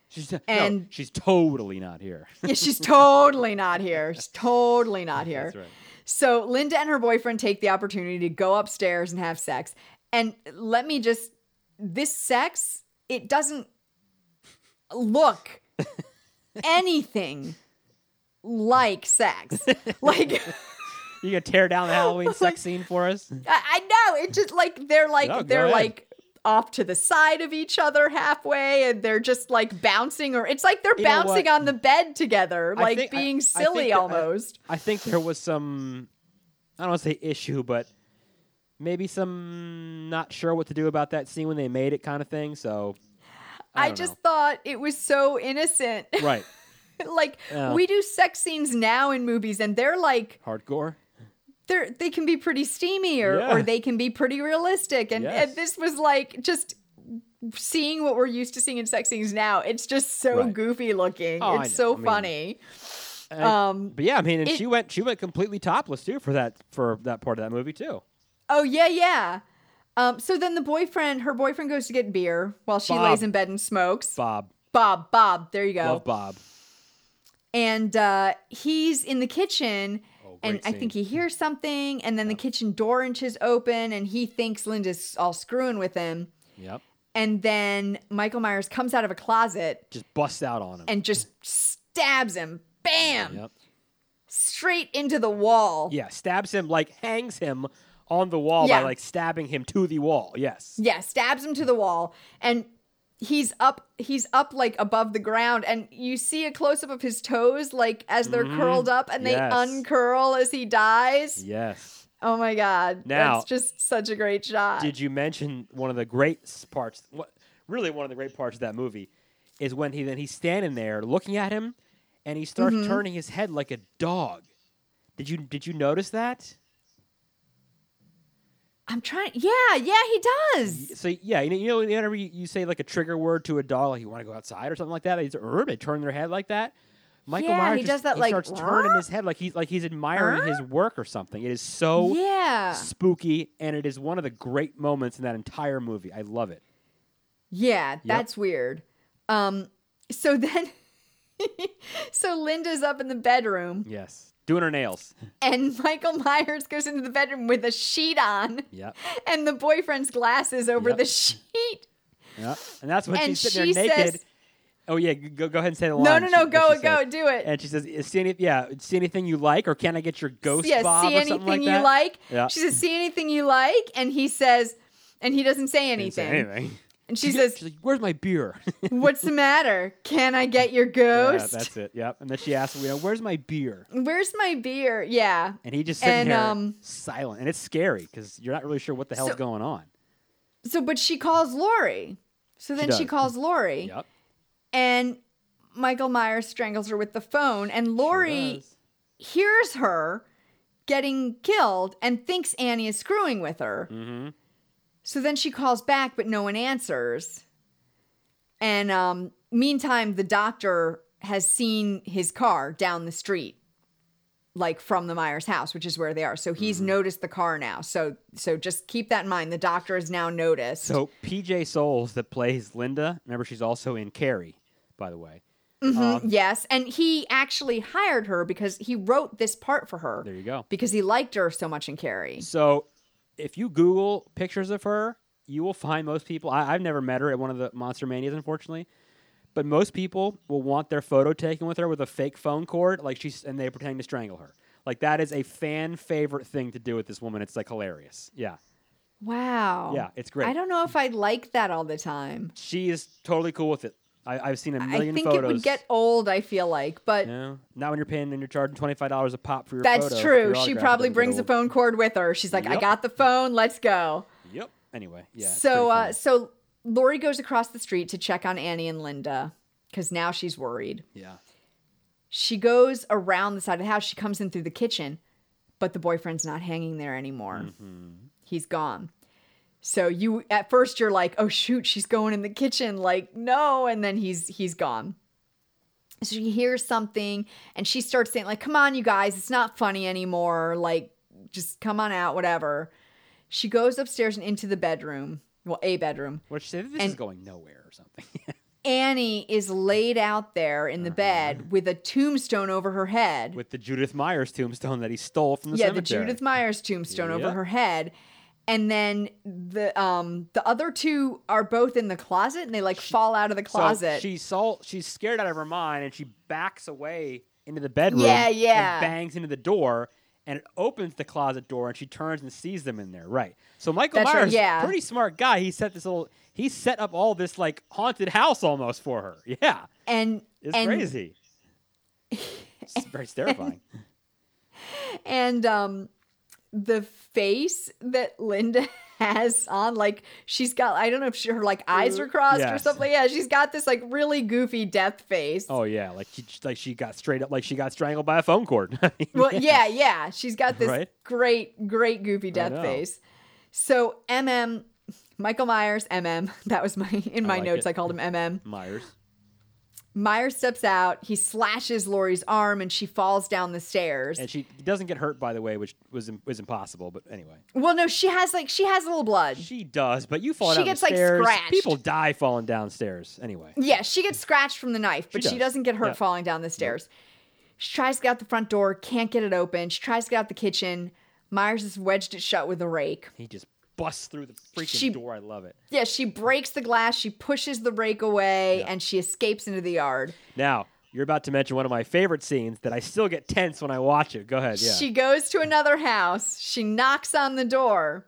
[SPEAKER 2] She's no,
[SPEAKER 1] And-
[SPEAKER 2] she's totally not here.
[SPEAKER 1] Yeah, she's totally not here. She's totally not here.
[SPEAKER 2] That's right.
[SPEAKER 1] So Linda and her boyfriend take the opportunity to go upstairs and have sex. And let me just this sex, it doesn't look anything like sex. Like
[SPEAKER 2] You gonna tear down the Halloween sex scene for us?
[SPEAKER 1] I, I know. It just like they're like
[SPEAKER 2] No, go
[SPEAKER 1] they're
[SPEAKER 2] ahead.
[SPEAKER 1] like off to the side of each other halfway and they're just like bouncing or it's like they're
[SPEAKER 2] You know what?
[SPEAKER 1] bouncing on the bed together
[SPEAKER 2] I
[SPEAKER 1] like
[SPEAKER 2] think- I-
[SPEAKER 1] being
[SPEAKER 2] I think
[SPEAKER 1] silly
[SPEAKER 2] that- uh, I-
[SPEAKER 1] almost
[SPEAKER 2] I think there was some, I don't want to say issue, but maybe some not sure what to do about that scene when they made it kind of thing. So I,
[SPEAKER 1] I,
[SPEAKER 2] don't
[SPEAKER 1] just
[SPEAKER 2] know.
[SPEAKER 1] thought it was so innocent
[SPEAKER 2] right
[SPEAKER 1] like
[SPEAKER 2] Yeah.
[SPEAKER 1] we do sex scenes now in movies and they're like
[SPEAKER 2] hardcore.
[SPEAKER 1] they're they can be pretty steamy or,
[SPEAKER 2] Yeah.
[SPEAKER 1] or they can be pretty realistic and, and
[SPEAKER 2] Yes.
[SPEAKER 1] this was like just seeing what we're used to seeing in sex scenes now, it's just so
[SPEAKER 2] Right.
[SPEAKER 1] goofy looking.
[SPEAKER 2] Oh, I
[SPEAKER 1] it's
[SPEAKER 2] know.
[SPEAKER 1] so
[SPEAKER 2] I mean,
[SPEAKER 1] funny.
[SPEAKER 2] And-
[SPEAKER 1] um,
[SPEAKER 2] but yeah, I mean, and
[SPEAKER 1] it-
[SPEAKER 2] she went she went completely topless too for that for that part of that movie too.
[SPEAKER 1] oh yeah, yeah. Um, so then the boyfriend, her boyfriend goes to get beer while she
[SPEAKER 2] Bob.
[SPEAKER 1] lays in bed and smokes. Bob,
[SPEAKER 2] Bob,
[SPEAKER 1] Bob, there you go.
[SPEAKER 2] love Bob.
[SPEAKER 1] and uh, he's in the kitchen
[SPEAKER 2] Oh,
[SPEAKER 1] and
[SPEAKER 2] great
[SPEAKER 1] i think he hears something and then the kitchen door inches open and he thinks linda's all screwing with him
[SPEAKER 2] Yep,
[SPEAKER 1] and then michael myers comes out of a closet
[SPEAKER 2] just busts out on him.
[SPEAKER 1] and just stabs him bam
[SPEAKER 2] yep.
[SPEAKER 1] straight into the wall
[SPEAKER 2] yeah, stabs him like hangs him on the wall
[SPEAKER 1] Yeah.
[SPEAKER 2] by like stabbing him to the wall. Yes,
[SPEAKER 1] yeah stabs him to the wall and he's up he's up like above the ground and you see a close-up of his toes like as they're curled up and they
[SPEAKER 2] Mm-hmm. Yes.
[SPEAKER 1] uncurl as he dies
[SPEAKER 2] yes.
[SPEAKER 1] Oh my god.
[SPEAKER 2] Now-
[SPEAKER 1] That's just such a great shot.
[SPEAKER 2] Did you mention one of the great s- parts? What really one of the great parts of that movie is when he then he's standing there looking at him, and he starts turning his head like a dog. Did you did you notice that?
[SPEAKER 1] I'm trying Yeah, yeah, he does.
[SPEAKER 2] So yeah, you know, you know whenever you, you say like a trigger word to a dog, like you want to go outside or something like that, they just "Urgh," they turn their head like that. Michael
[SPEAKER 1] Yeah,
[SPEAKER 2] Myers
[SPEAKER 1] he
[SPEAKER 2] just-
[SPEAKER 1] does that, like,
[SPEAKER 2] starts turning his head like he's like he's admiring his work or something. It is so
[SPEAKER 1] yeah.
[SPEAKER 2] spooky, and it is one of the great moments in that entire movie. I love it.
[SPEAKER 1] Yeah, that's weird. Um so then so Linda's up in the bedroom
[SPEAKER 2] Yes, doing her nails.
[SPEAKER 1] and Michael Myers goes into the bedroom with a sheet on
[SPEAKER 2] Yep.
[SPEAKER 1] and the boyfriend's glasses over
[SPEAKER 2] Yep.
[SPEAKER 1] the sheet.
[SPEAKER 2] Yeah. And that's when
[SPEAKER 1] And
[SPEAKER 2] she's sitting there
[SPEAKER 1] she
[SPEAKER 2] naked.
[SPEAKER 1] says-
[SPEAKER 2] oh yeah, g- go go ahead and say the line.
[SPEAKER 1] No, no,
[SPEAKER 2] she-
[SPEAKER 1] no,
[SPEAKER 2] that
[SPEAKER 1] go
[SPEAKER 2] she
[SPEAKER 1] go,
[SPEAKER 2] said.
[SPEAKER 1] do it.
[SPEAKER 2] And she says, "Is- "See any? Yeah, see anything you like, or can I get your ghost
[SPEAKER 1] yeah,
[SPEAKER 2] bob
[SPEAKER 1] see
[SPEAKER 2] or
[SPEAKER 1] anything
[SPEAKER 2] something like
[SPEAKER 1] you
[SPEAKER 2] that?"
[SPEAKER 1] like.
[SPEAKER 2] Yeah.
[SPEAKER 1] She says, see anything you like, and he says and he doesn't say
[SPEAKER 2] Didn't
[SPEAKER 1] anything.
[SPEAKER 2] say anything.
[SPEAKER 1] And she
[SPEAKER 2] She's
[SPEAKER 1] says,
[SPEAKER 2] like, "Where's my beer?" Yeah,
[SPEAKER 1] What's the matter? Can I get your ghost?
[SPEAKER 2] that's it. Yep. And then she asks, "You know, where's my beer?"
[SPEAKER 1] Where's my beer? Yeah.
[SPEAKER 2] And he just sitting
[SPEAKER 1] And,
[SPEAKER 2] there
[SPEAKER 1] um,
[SPEAKER 2] silent, and it's scary because you're not really sure what the hell's
[SPEAKER 1] So-
[SPEAKER 2] going on.
[SPEAKER 1] So, but she calls Lori. So then she,
[SPEAKER 2] does.
[SPEAKER 1] calls Lori,
[SPEAKER 2] Yep.
[SPEAKER 1] and Michael Myers strangles her with the phone. And Lori
[SPEAKER 2] does.
[SPEAKER 1] hears her getting killed and thinks Annie is screwing with her.
[SPEAKER 2] Mhm.
[SPEAKER 1] So then she calls back, but no one answers. And um, meantime, the doctor has seen his car down the street, like from the Myers house, which is where they are. So
[SPEAKER 2] Mm-hmm.
[SPEAKER 1] he's noticed the car now. So so just keep that in mind. The doctor has now noticed.
[SPEAKER 2] So PJ Souls that plays Linda. Remember, she's also in Carrie, by the way.
[SPEAKER 1] Mhm, yes, and he actually hired her because he wrote this part for her
[SPEAKER 2] There you go.
[SPEAKER 1] because he liked her so much in Carrie.
[SPEAKER 2] So, if you Google pictures of her, you will find most people. I, I've never met her at one of the Monster Manias, unfortunately, but most people will want their photo taken with her with a fake phone cord, like she's and they pretend to strangle her. Like that is a fan favorite thing to do with this woman. It's like hilarious. Yeah,
[SPEAKER 1] Wow.
[SPEAKER 2] Yeah, it's great.
[SPEAKER 1] I don't know if I like that all the time.
[SPEAKER 2] she is totally cool with it. I, I've seen a
[SPEAKER 1] I
[SPEAKER 2] million
[SPEAKER 1] think
[SPEAKER 2] photos.
[SPEAKER 1] it would get old. I feel like, but
[SPEAKER 2] You know? Not when you're paying and you're charging twenty five dollars a pop for your.
[SPEAKER 1] That's
[SPEAKER 2] photo, for your
[SPEAKER 1] true. She
[SPEAKER 2] autograph, it
[SPEAKER 1] probably
[SPEAKER 2] doesn't get
[SPEAKER 1] brings a
[SPEAKER 2] old.
[SPEAKER 1] phone cord with her. She's like, I
[SPEAKER 2] Yep.
[SPEAKER 1] got the phone. Let's go.
[SPEAKER 2] Yep. Anyway, yeah. it's
[SPEAKER 1] so,
[SPEAKER 2] pretty
[SPEAKER 1] uh,
[SPEAKER 2] funny.
[SPEAKER 1] so Lori goes across the street to check on Annie and Linda because now she's worried.
[SPEAKER 2] yeah.
[SPEAKER 1] She goes around the side of the house. She comes in through the kitchen, but the boyfriend's not hanging there anymore. He's gone. So you at first you're like, "Oh shoot, she's going in the kitchen." Like, "No," and then he's he's gone. So she hears something and she starts saying like, "Come on, you guys, it's not funny anymore. Like, just come on out, whatever." She goes upstairs and into the bedroom, well, a bedroom.
[SPEAKER 2] What she said, this is
[SPEAKER 1] And-
[SPEAKER 2] going nowhere or something.
[SPEAKER 1] Annie is laid out there in the bed with a tombstone over her head.
[SPEAKER 2] with the Judith Myers tombstone that he stole from the
[SPEAKER 1] yeah,
[SPEAKER 2] cemetery.
[SPEAKER 1] the Judith Myers tombstone over
[SPEAKER 2] Yep.
[SPEAKER 1] her head. And then the um the other two are both in the closet and they like fall out of the
[SPEAKER 2] So
[SPEAKER 1] closet.
[SPEAKER 2] she saw. She's scared out of her mind, and she backs away into the bedroom.
[SPEAKER 1] Yeah, yeah.
[SPEAKER 2] And bangs into the door, and it opens the closet door, and she turns and sees them in there. Right. So Michael
[SPEAKER 1] That's right,
[SPEAKER 2] Myers, is a
[SPEAKER 1] yeah.
[SPEAKER 2] pretty smart guy. He set this little. He set up all this like haunted house almost for her. Yeah,
[SPEAKER 1] and
[SPEAKER 2] it's
[SPEAKER 1] and,
[SPEAKER 2] crazy. It's very terrifying.
[SPEAKER 1] And um the face that Linda has on, like she's got I don't know if she, her like eyes are crossed or
[SPEAKER 2] Yes.
[SPEAKER 1] something. Yeah, she's got this like really goofy death face.
[SPEAKER 2] Oh yeah, like she like she got straight up like she got strangled by a phone cord.
[SPEAKER 1] Well, yeah, yeah. She's got this
[SPEAKER 2] Right?
[SPEAKER 1] great, great goofy death
[SPEAKER 2] know.
[SPEAKER 1] face. So MM Michael Myers, MM. That was my in
[SPEAKER 2] I
[SPEAKER 1] my
[SPEAKER 2] like
[SPEAKER 1] notes.
[SPEAKER 2] it. Mm-hmm.
[SPEAKER 1] I called him MM.
[SPEAKER 2] Myers.
[SPEAKER 1] Myers steps out. He slashes Lori's arm, and she falls down the stairs.
[SPEAKER 2] And she doesn't get hurt, by the way, which was im- was impossible. But anyway,
[SPEAKER 1] well, no, she has like she has a little blood.
[SPEAKER 2] she does. But you fall
[SPEAKER 1] She
[SPEAKER 2] down
[SPEAKER 1] gets,
[SPEAKER 2] the
[SPEAKER 1] like,
[SPEAKER 2] stairs.
[SPEAKER 1] scratched.
[SPEAKER 2] People die falling downstairs. Anyway,
[SPEAKER 1] Yeah, she gets scratched from the knife, but she,
[SPEAKER 2] does.
[SPEAKER 1] does. not get hurt
[SPEAKER 2] Yeah.
[SPEAKER 1] falling down the stairs. She tries to get out the front door, can't get it open. She tries to get out the kitchen. Myers has wedged it shut with a rake.
[SPEAKER 2] he just busts through the freaking
[SPEAKER 1] She-
[SPEAKER 2] door. I love it.
[SPEAKER 1] Yeah, she breaks the glass, she pushes the rake away, and she escapes into the yard.
[SPEAKER 2] Now you're about to mention one of my favorite scenes that I still get tense when I watch it. Go ahead. Yeah.
[SPEAKER 1] She goes to another house. She knocks on the door.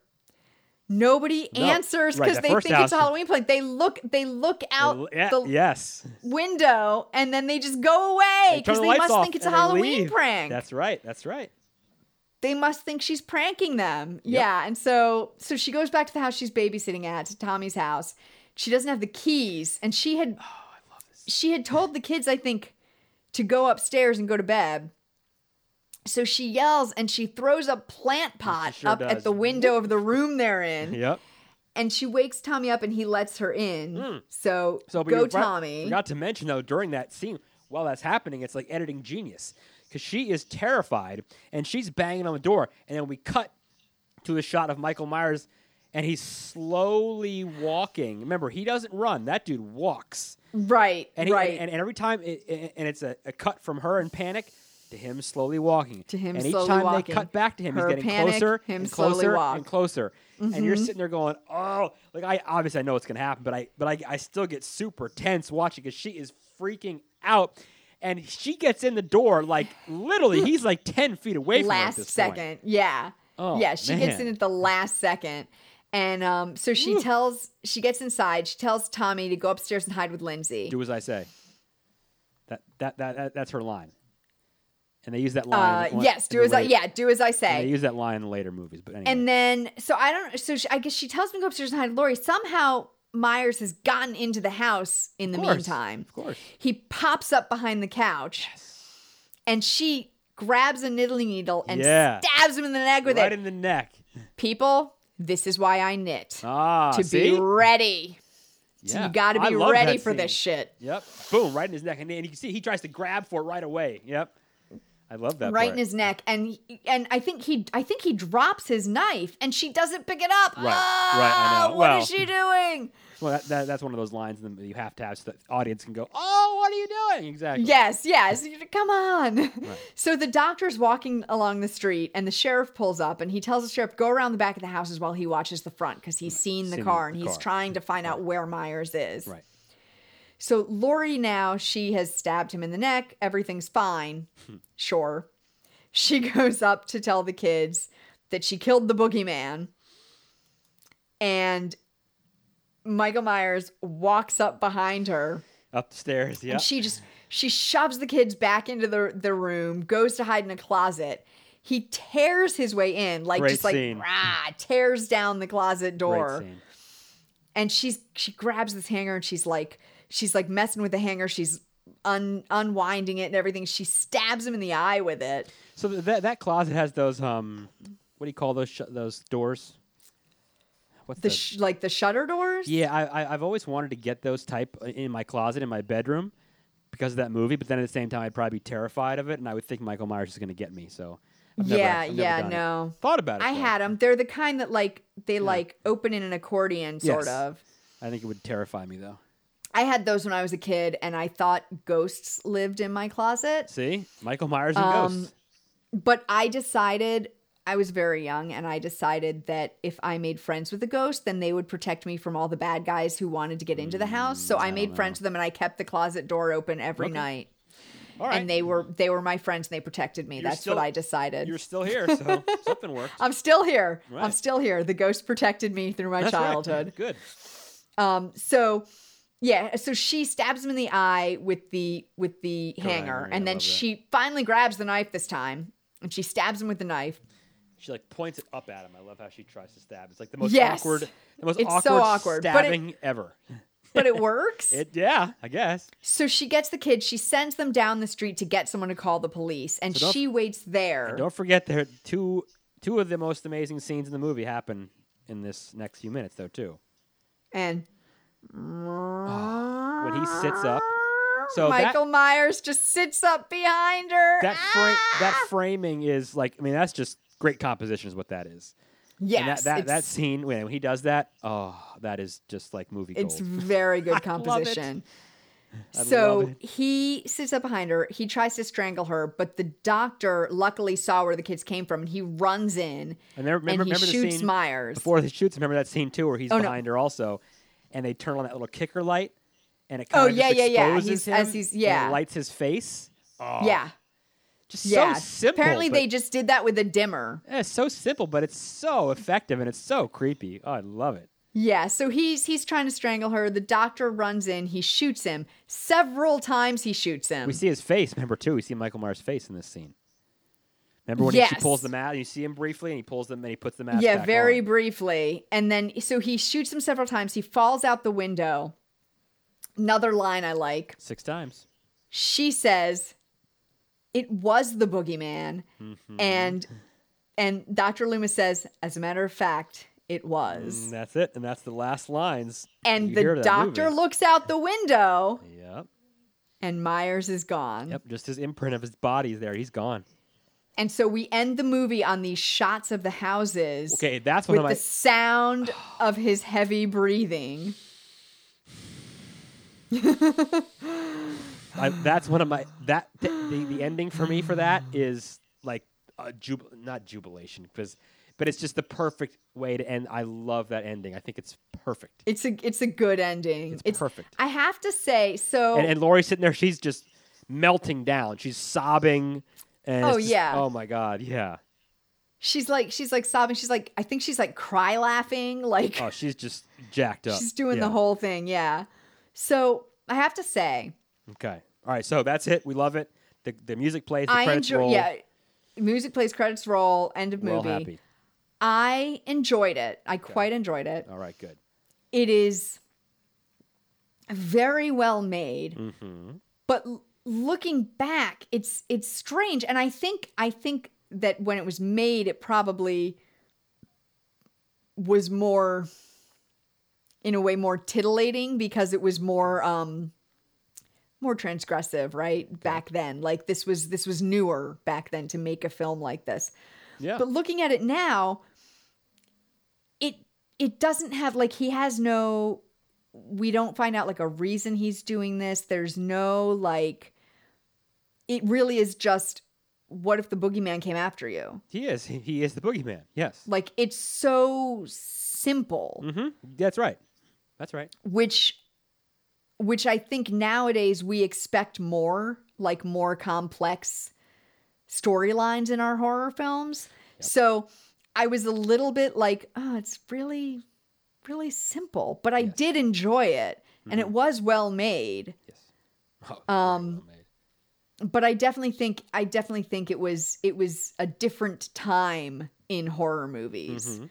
[SPEAKER 1] Nobody
[SPEAKER 2] No,
[SPEAKER 1] answers
[SPEAKER 2] right,
[SPEAKER 1] because
[SPEAKER 2] that
[SPEAKER 1] they
[SPEAKER 2] first
[SPEAKER 1] think
[SPEAKER 2] house-
[SPEAKER 1] it's a Halloween play. They look they look out
[SPEAKER 2] Yeah,
[SPEAKER 1] the
[SPEAKER 2] yes.
[SPEAKER 1] window and then they just go away
[SPEAKER 2] turn
[SPEAKER 1] because
[SPEAKER 2] the
[SPEAKER 1] they
[SPEAKER 2] lights
[SPEAKER 1] must
[SPEAKER 2] off
[SPEAKER 1] think it's a
[SPEAKER 2] and they
[SPEAKER 1] Halloween
[SPEAKER 2] leave.
[SPEAKER 1] prank.
[SPEAKER 2] That's right. That's right.
[SPEAKER 1] they must think she's pranking them. Yeah, and so so she goes back to the house she's babysitting at, to Tommy's house. She doesn't have the keys, and she
[SPEAKER 2] Oh,
[SPEAKER 1] had she had told the kids, I think, to go upstairs and go to bed. So she yells and she throws a plant pot
[SPEAKER 2] sure
[SPEAKER 1] up
[SPEAKER 2] does.
[SPEAKER 1] at the window of the room they're in,
[SPEAKER 2] Yep.
[SPEAKER 1] and she wakes Tommy up and he lets her in. So,
[SPEAKER 2] Hmm. So but
[SPEAKER 1] go,
[SPEAKER 2] we forgot-
[SPEAKER 1] Tommy.
[SPEAKER 2] Forgot to mention though during that scene, while that's happening, it's like editing genius because she is terrified and she's banging on the door, and then we cut to the shot of Michael Myers, and he's slowly walking. Remember, he doesn't run; that dude walks.
[SPEAKER 1] right,
[SPEAKER 2] And he,
[SPEAKER 1] right.
[SPEAKER 2] And, and every time, it, it- and it's a, a cut from her in panic to him slowly walking.
[SPEAKER 1] To him
[SPEAKER 2] and each
[SPEAKER 1] slowly
[SPEAKER 2] time they
[SPEAKER 1] walking.
[SPEAKER 2] cut back to him,
[SPEAKER 1] Her
[SPEAKER 2] he's getting
[SPEAKER 1] panic,
[SPEAKER 2] closer
[SPEAKER 1] him
[SPEAKER 2] and
[SPEAKER 1] slowly
[SPEAKER 2] closer
[SPEAKER 1] walk. Mm-hmm.
[SPEAKER 2] and closer. And you're sitting there going, "Oh, like I obviously I know what's gonna happen, but I but I, I still get super tense watching because she is freaking out." And she gets in the door like literally. He's like ten feet away from her at
[SPEAKER 1] last
[SPEAKER 2] this point.
[SPEAKER 1] second. Yeah.
[SPEAKER 2] Oh,
[SPEAKER 1] yeah, she gets
[SPEAKER 2] man.
[SPEAKER 1] in at the last second. And um, so she tells she gets inside, she tells Tommy to go upstairs and hide with Lindsay.
[SPEAKER 2] Do as I say. That that that, that that's her line. And they use that line.
[SPEAKER 1] uh,
[SPEAKER 2] in the-
[SPEAKER 1] yes,
[SPEAKER 2] in
[SPEAKER 1] do
[SPEAKER 2] the
[SPEAKER 1] as I
[SPEAKER 2] later-
[SPEAKER 1] yeah, do as I
[SPEAKER 2] and They
[SPEAKER 1] say.
[SPEAKER 2] use that line in later movies, but anyway.
[SPEAKER 1] And then so I don't so she, I guess she tells him to go upstairs and hide with Lori. Somehow Myers has gotten into the house in the
[SPEAKER 2] Of course,
[SPEAKER 1] meantime.
[SPEAKER 2] of course.
[SPEAKER 1] He pops up behind the couch and she grabs a knitting needle and
[SPEAKER 2] Yeah.
[SPEAKER 1] stabs him in the neck with
[SPEAKER 2] right
[SPEAKER 1] it.
[SPEAKER 2] in the neck.
[SPEAKER 1] People, this is why I knit.
[SPEAKER 2] Ah,
[SPEAKER 1] to
[SPEAKER 2] see?
[SPEAKER 1] be ready. So
[SPEAKER 2] Yeah.
[SPEAKER 1] you got to
[SPEAKER 2] I
[SPEAKER 1] be
[SPEAKER 2] love
[SPEAKER 1] ready
[SPEAKER 2] that
[SPEAKER 1] for this
[SPEAKER 2] scene.
[SPEAKER 1] shit.
[SPEAKER 2] Yep. Boom, right in his neck, and, and you can see he tries to grab for it right away. Yep. I love that.
[SPEAKER 1] Right
[SPEAKER 2] part.
[SPEAKER 1] in his neck, and and I think he I think he drops his knife, and she doesn't pick it up.
[SPEAKER 2] Right, right, I
[SPEAKER 1] Ah,
[SPEAKER 2] know.
[SPEAKER 1] What is
[SPEAKER 2] Well-
[SPEAKER 1] she doing?
[SPEAKER 2] Well, that, that, that's one of those lines that you have to have so that the audience can go, "Oh, what are you doing?" Exactly.
[SPEAKER 1] Yes, yes. Come on. So the doctor's walking along the street, and the sheriff pulls up, and he tells the sheriff go around the back of the houses while he watches the front because he's seen the
[SPEAKER 2] Seen
[SPEAKER 1] car
[SPEAKER 2] the
[SPEAKER 1] and he's
[SPEAKER 2] car.
[SPEAKER 1] trying to find out where Myers is.
[SPEAKER 2] Right.
[SPEAKER 1] So Lori now she has stabbed him in the neck. Everything's fine.
[SPEAKER 2] Hmm.
[SPEAKER 1] sure. She goes up to tell the kids that she killed the boogeyman. And Michael Myers walks up behind her
[SPEAKER 2] Up the stairs. Yeah.
[SPEAKER 1] and she just she shoves the kids back into the the room, goes to hide in a closet. He tears his way in, like
[SPEAKER 2] Great
[SPEAKER 1] just like
[SPEAKER 2] scene.
[SPEAKER 1] rah, tears down the closet
[SPEAKER 2] Great
[SPEAKER 1] door
[SPEAKER 2] scene.
[SPEAKER 1] and she's she grabs this hanger and she's like she's like messing with the hanger she's un, unwinding it and everything she stabs him in the eye with it
[SPEAKER 2] So th- that that closet has those um, what do you call those sh- those doors? What's
[SPEAKER 1] the sh- like the shutter doors
[SPEAKER 2] Yeah, I, I, I've always wanted to get those type uh, in my closet in my bedroom because of that movie. But then at the same time, I'd probably be terrified of it, and I would think Michael Myers is going to get me. So I've never-
[SPEAKER 1] yeah
[SPEAKER 2] I've never
[SPEAKER 1] yeah
[SPEAKER 2] done it.
[SPEAKER 1] no
[SPEAKER 2] Thought about it.
[SPEAKER 1] i
[SPEAKER 2] though.
[SPEAKER 1] had them they're the kind that like they like open in an accordion sort
[SPEAKER 2] Yes.
[SPEAKER 1] of
[SPEAKER 2] I think it would terrify me though.
[SPEAKER 1] i had those when i was a kid and i thought ghosts lived in my closet
[SPEAKER 2] See, Michael Myers and
[SPEAKER 1] Um,
[SPEAKER 2] ghosts.
[SPEAKER 1] but i decided I was very young and I decided that if I made friends with the ghost, then they would protect me from all the bad guys who wanted to get into the house. So I, made friends with them and I kept the closet door open every
[SPEAKER 2] Mm, Okay.
[SPEAKER 1] night.
[SPEAKER 2] All right,
[SPEAKER 1] And they were they were my friends and they protected me. That's
[SPEAKER 2] still-
[SPEAKER 1] what I decided.
[SPEAKER 2] you're still here, so something worked.
[SPEAKER 1] I'm still here. I'm
[SPEAKER 2] Right.
[SPEAKER 1] still here. The ghost protected me through my
[SPEAKER 2] That's right.
[SPEAKER 1] childhood.
[SPEAKER 2] Good.
[SPEAKER 1] Um, so yeah, so she stabs him in the eye with the with the hanger,
[SPEAKER 2] hanger, yeah,
[SPEAKER 1] and
[SPEAKER 2] I
[SPEAKER 1] then
[SPEAKER 2] love that.
[SPEAKER 1] she finally grabs the knife this time, and she stabs him with the knife.
[SPEAKER 2] She like points it up at him. I love how she tries to stab. It's like the most
[SPEAKER 1] Yes.
[SPEAKER 2] awkward, the most
[SPEAKER 1] It's
[SPEAKER 2] awkward,
[SPEAKER 1] so awkward, but it-
[SPEAKER 2] stabbing ever.
[SPEAKER 1] But it works.
[SPEAKER 2] It yeah, I guess.
[SPEAKER 1] so she gets the kids, she sends them down the street to get someone to call the police, and
[SPEAKER 2] So don't-
[SPEAKER 1] she waits there.
[SPEAKER 2] Don't forget there are two two of the most amazing scenes in the movie happen in this next few minutes though too.
[SPEAKER 1] and
[SPEAKER 2] When he sits up, so that-
[SPEAKER 1] Michael Myers just sits up behind her. Ah!
[SPEAKER 2] that frame that framing is like I mean that's just great composition is what that is.
[SPEAKER 1] yes,
[SPEAKER 2] And that that, that
[SPEAKER 1] it's-
[SPEAKER 2] scene when when he does that, oh, that is just like movie gold.
[SPEAKER 1] It's very good composition.
[SPEAKER 2] I love
[SPEAKER 1] So
[SPEAKER 2] it.
[SPEAKER 1] he sits up behind her. He tries to strangle her, but the doctor luckily saw where the kids came from, and he runs in
[SPEAKER 2] And there, remember,
[SPEAKER 1] and he
[SPEAKER 2] remember the
[SPEAKER 1] shoots
[SPEAKER 2] scene
[SPEAKER 1] Myers.
[SPEAKER 2] before he shoots. Remember that scene too, where he's
[SPEAKER 1] Oh, no.
[SPEAKER 2] behind her also, and they turn on that little kicker light, and it
[SPEAKER 1] Oh,
[SPEAKER 2] kind of
[SPEAKER 1] yeah, yeah, yeah.
[SPEAKER 2] exposes
[SPEAKER 1] He's-
[SPEAKER 2] him,
[SPEAKER 1] as he's-
[SPEAKER 2] and
[SPEAKER 1] yeah.
[SPEAKER 2] it lights his face. Oh,
[SPEAKER 1] yeah,
[SPEAKER 2] just
[SPEAKER 1] yeah.
[SPEAKER 2] so simple.
[SPEAKER 1] Apparently,
[SPEAKER 2] but-
[SPEAKER 1] they just did that with a dimmer.
[SPEAKER 2] Yeah, Eh, it's so simple, but it's so effective and it's so creepy. Oh, I love it.
[SPEAKER 1] Yeah, so he's he's trying to strangle her. The doctor runs in. He shoots him several times. He shoots him.
[SPEAKER 2] We see his face. Remember too, we see Michael Myers' face in this scene. Remember when he, she
[SPEAKER 1] Yes.
[SPEAKER 2] pulls the mask? You see him briefly, and he pulls them, and he puts the mask.
[SPEAKER 1] yeah,
[SPEAKER 2] back
[SPEAKER 1] very
[SPEAKER 2] on.
[SPEAKER 1] briefly. And then so he shoots him several times. He falls out the window. Another line I like.
[SPEAKER 2] six times.
[SPEAKER 1] She says, "It was the boogeyman,"
[SPEAKER 2] Mm-hmm.
[SPEAKER 1] and and Dr. Loomis says, "As a matter of fact, it was."
[SPEAKER 2] And that's it, and that's the last lines.
[SPEAKER 1] And
[SPEAKER 2] Mm. you hear
[SPEAKER 1] the
[SPEAKER 2] of that
[SPEAKER 1] doctor
[SPEAKER 2] movie.
[SPEAKER 1] looks out the window,
[SPEAKER 2] Yep,
[SPEAKER 1] and Myers is gone.
[SPEAKER 2] yep. Just his imprint of his body is there. He's gone.
[SPEAKER 1] And so we end the movie on these shots of the houses.
[SPEAKER 2] Okay, that's one
[SPEAKER 1] With
[SPEAKER 2] of my.
[SPEAKER 1] the sound of his heavy breathing.
[SPEAKER 2] I, that's one of my that th- the, the ending for me for that is like a jub- not jubilation because but it's just the perfect way to end i love that ending i think it's perfect
[SPEAKER 1] It's a it's a good ending.
[SPEAKER 2] It's perfect.
[SPEAKER 1] I have to say, so
[SPEAKER 2] and, and lori's sitting there she's just melting down she's sobbing and it's
[SPEAKER 1] Oh,
[SPEAKER 2] just-
[SPEAKER 1] yeah.
[SPEAKER 2] oh my god yeah
[SPEAKER 1] she's like she's like sobbing. She's like I think she's like cry laughing. Like
[SPEAKER 2] oh she's just jacked up
[SPEAKER 1] she's doing the
[SPEAKER 2] Yeah.
[SPEAKER 1] whole thing. Yeah. So I have to say,
[SPEAKER 2] okay all right so that's it we love it the, the music plays the
[SPEAKER 1] I
[SPEAKER 2] credits
[SPEAKER 1] enjoy.
[SPEAKER 2] roll
[SPEAKER 1] Yeah. Music plays, credits roll, end of
[SPEAKER 2] we're all
[SPEAKER 1] movie.
[SPEAKER 2] happy
[SPEAKER 1] I enjoyed it. I quite enjoyed it.
[SPEAKER 2] all right good
[SPEAKER 1] it is very well made but l- looking back it's it's strange and i think i think that when it was made it probably was more in a way more titillating because it was more um more transgressive right back then like this was this was newer back then to make a film like this
[SPEAKER 2] yeah
[SPEAKER 1] but looking at it now, it it doesn't have like he has no we don't find out like a reason he's doing this. There's no like it really is just what if the boogeyman came after you?
[SPEAKER 2] he is he, he is the boogeyman yes
[SPEAKER 1] Like it's so simple,
[SPEAKER 2] hmm that's right that's right
[SPEAKER 1] which which I think nowadays we expect more, like more complex storylines in our horror films. So I was a little bit like, oh, it's really, really simple, but I did enjoy it and it was well made.
[SPEAKER 2] Yes. um,
[SPEAKER 1] But I definitely think I definitely think it was it was a different time in horror movies.
[SPEAKER 2] Mm-hmm.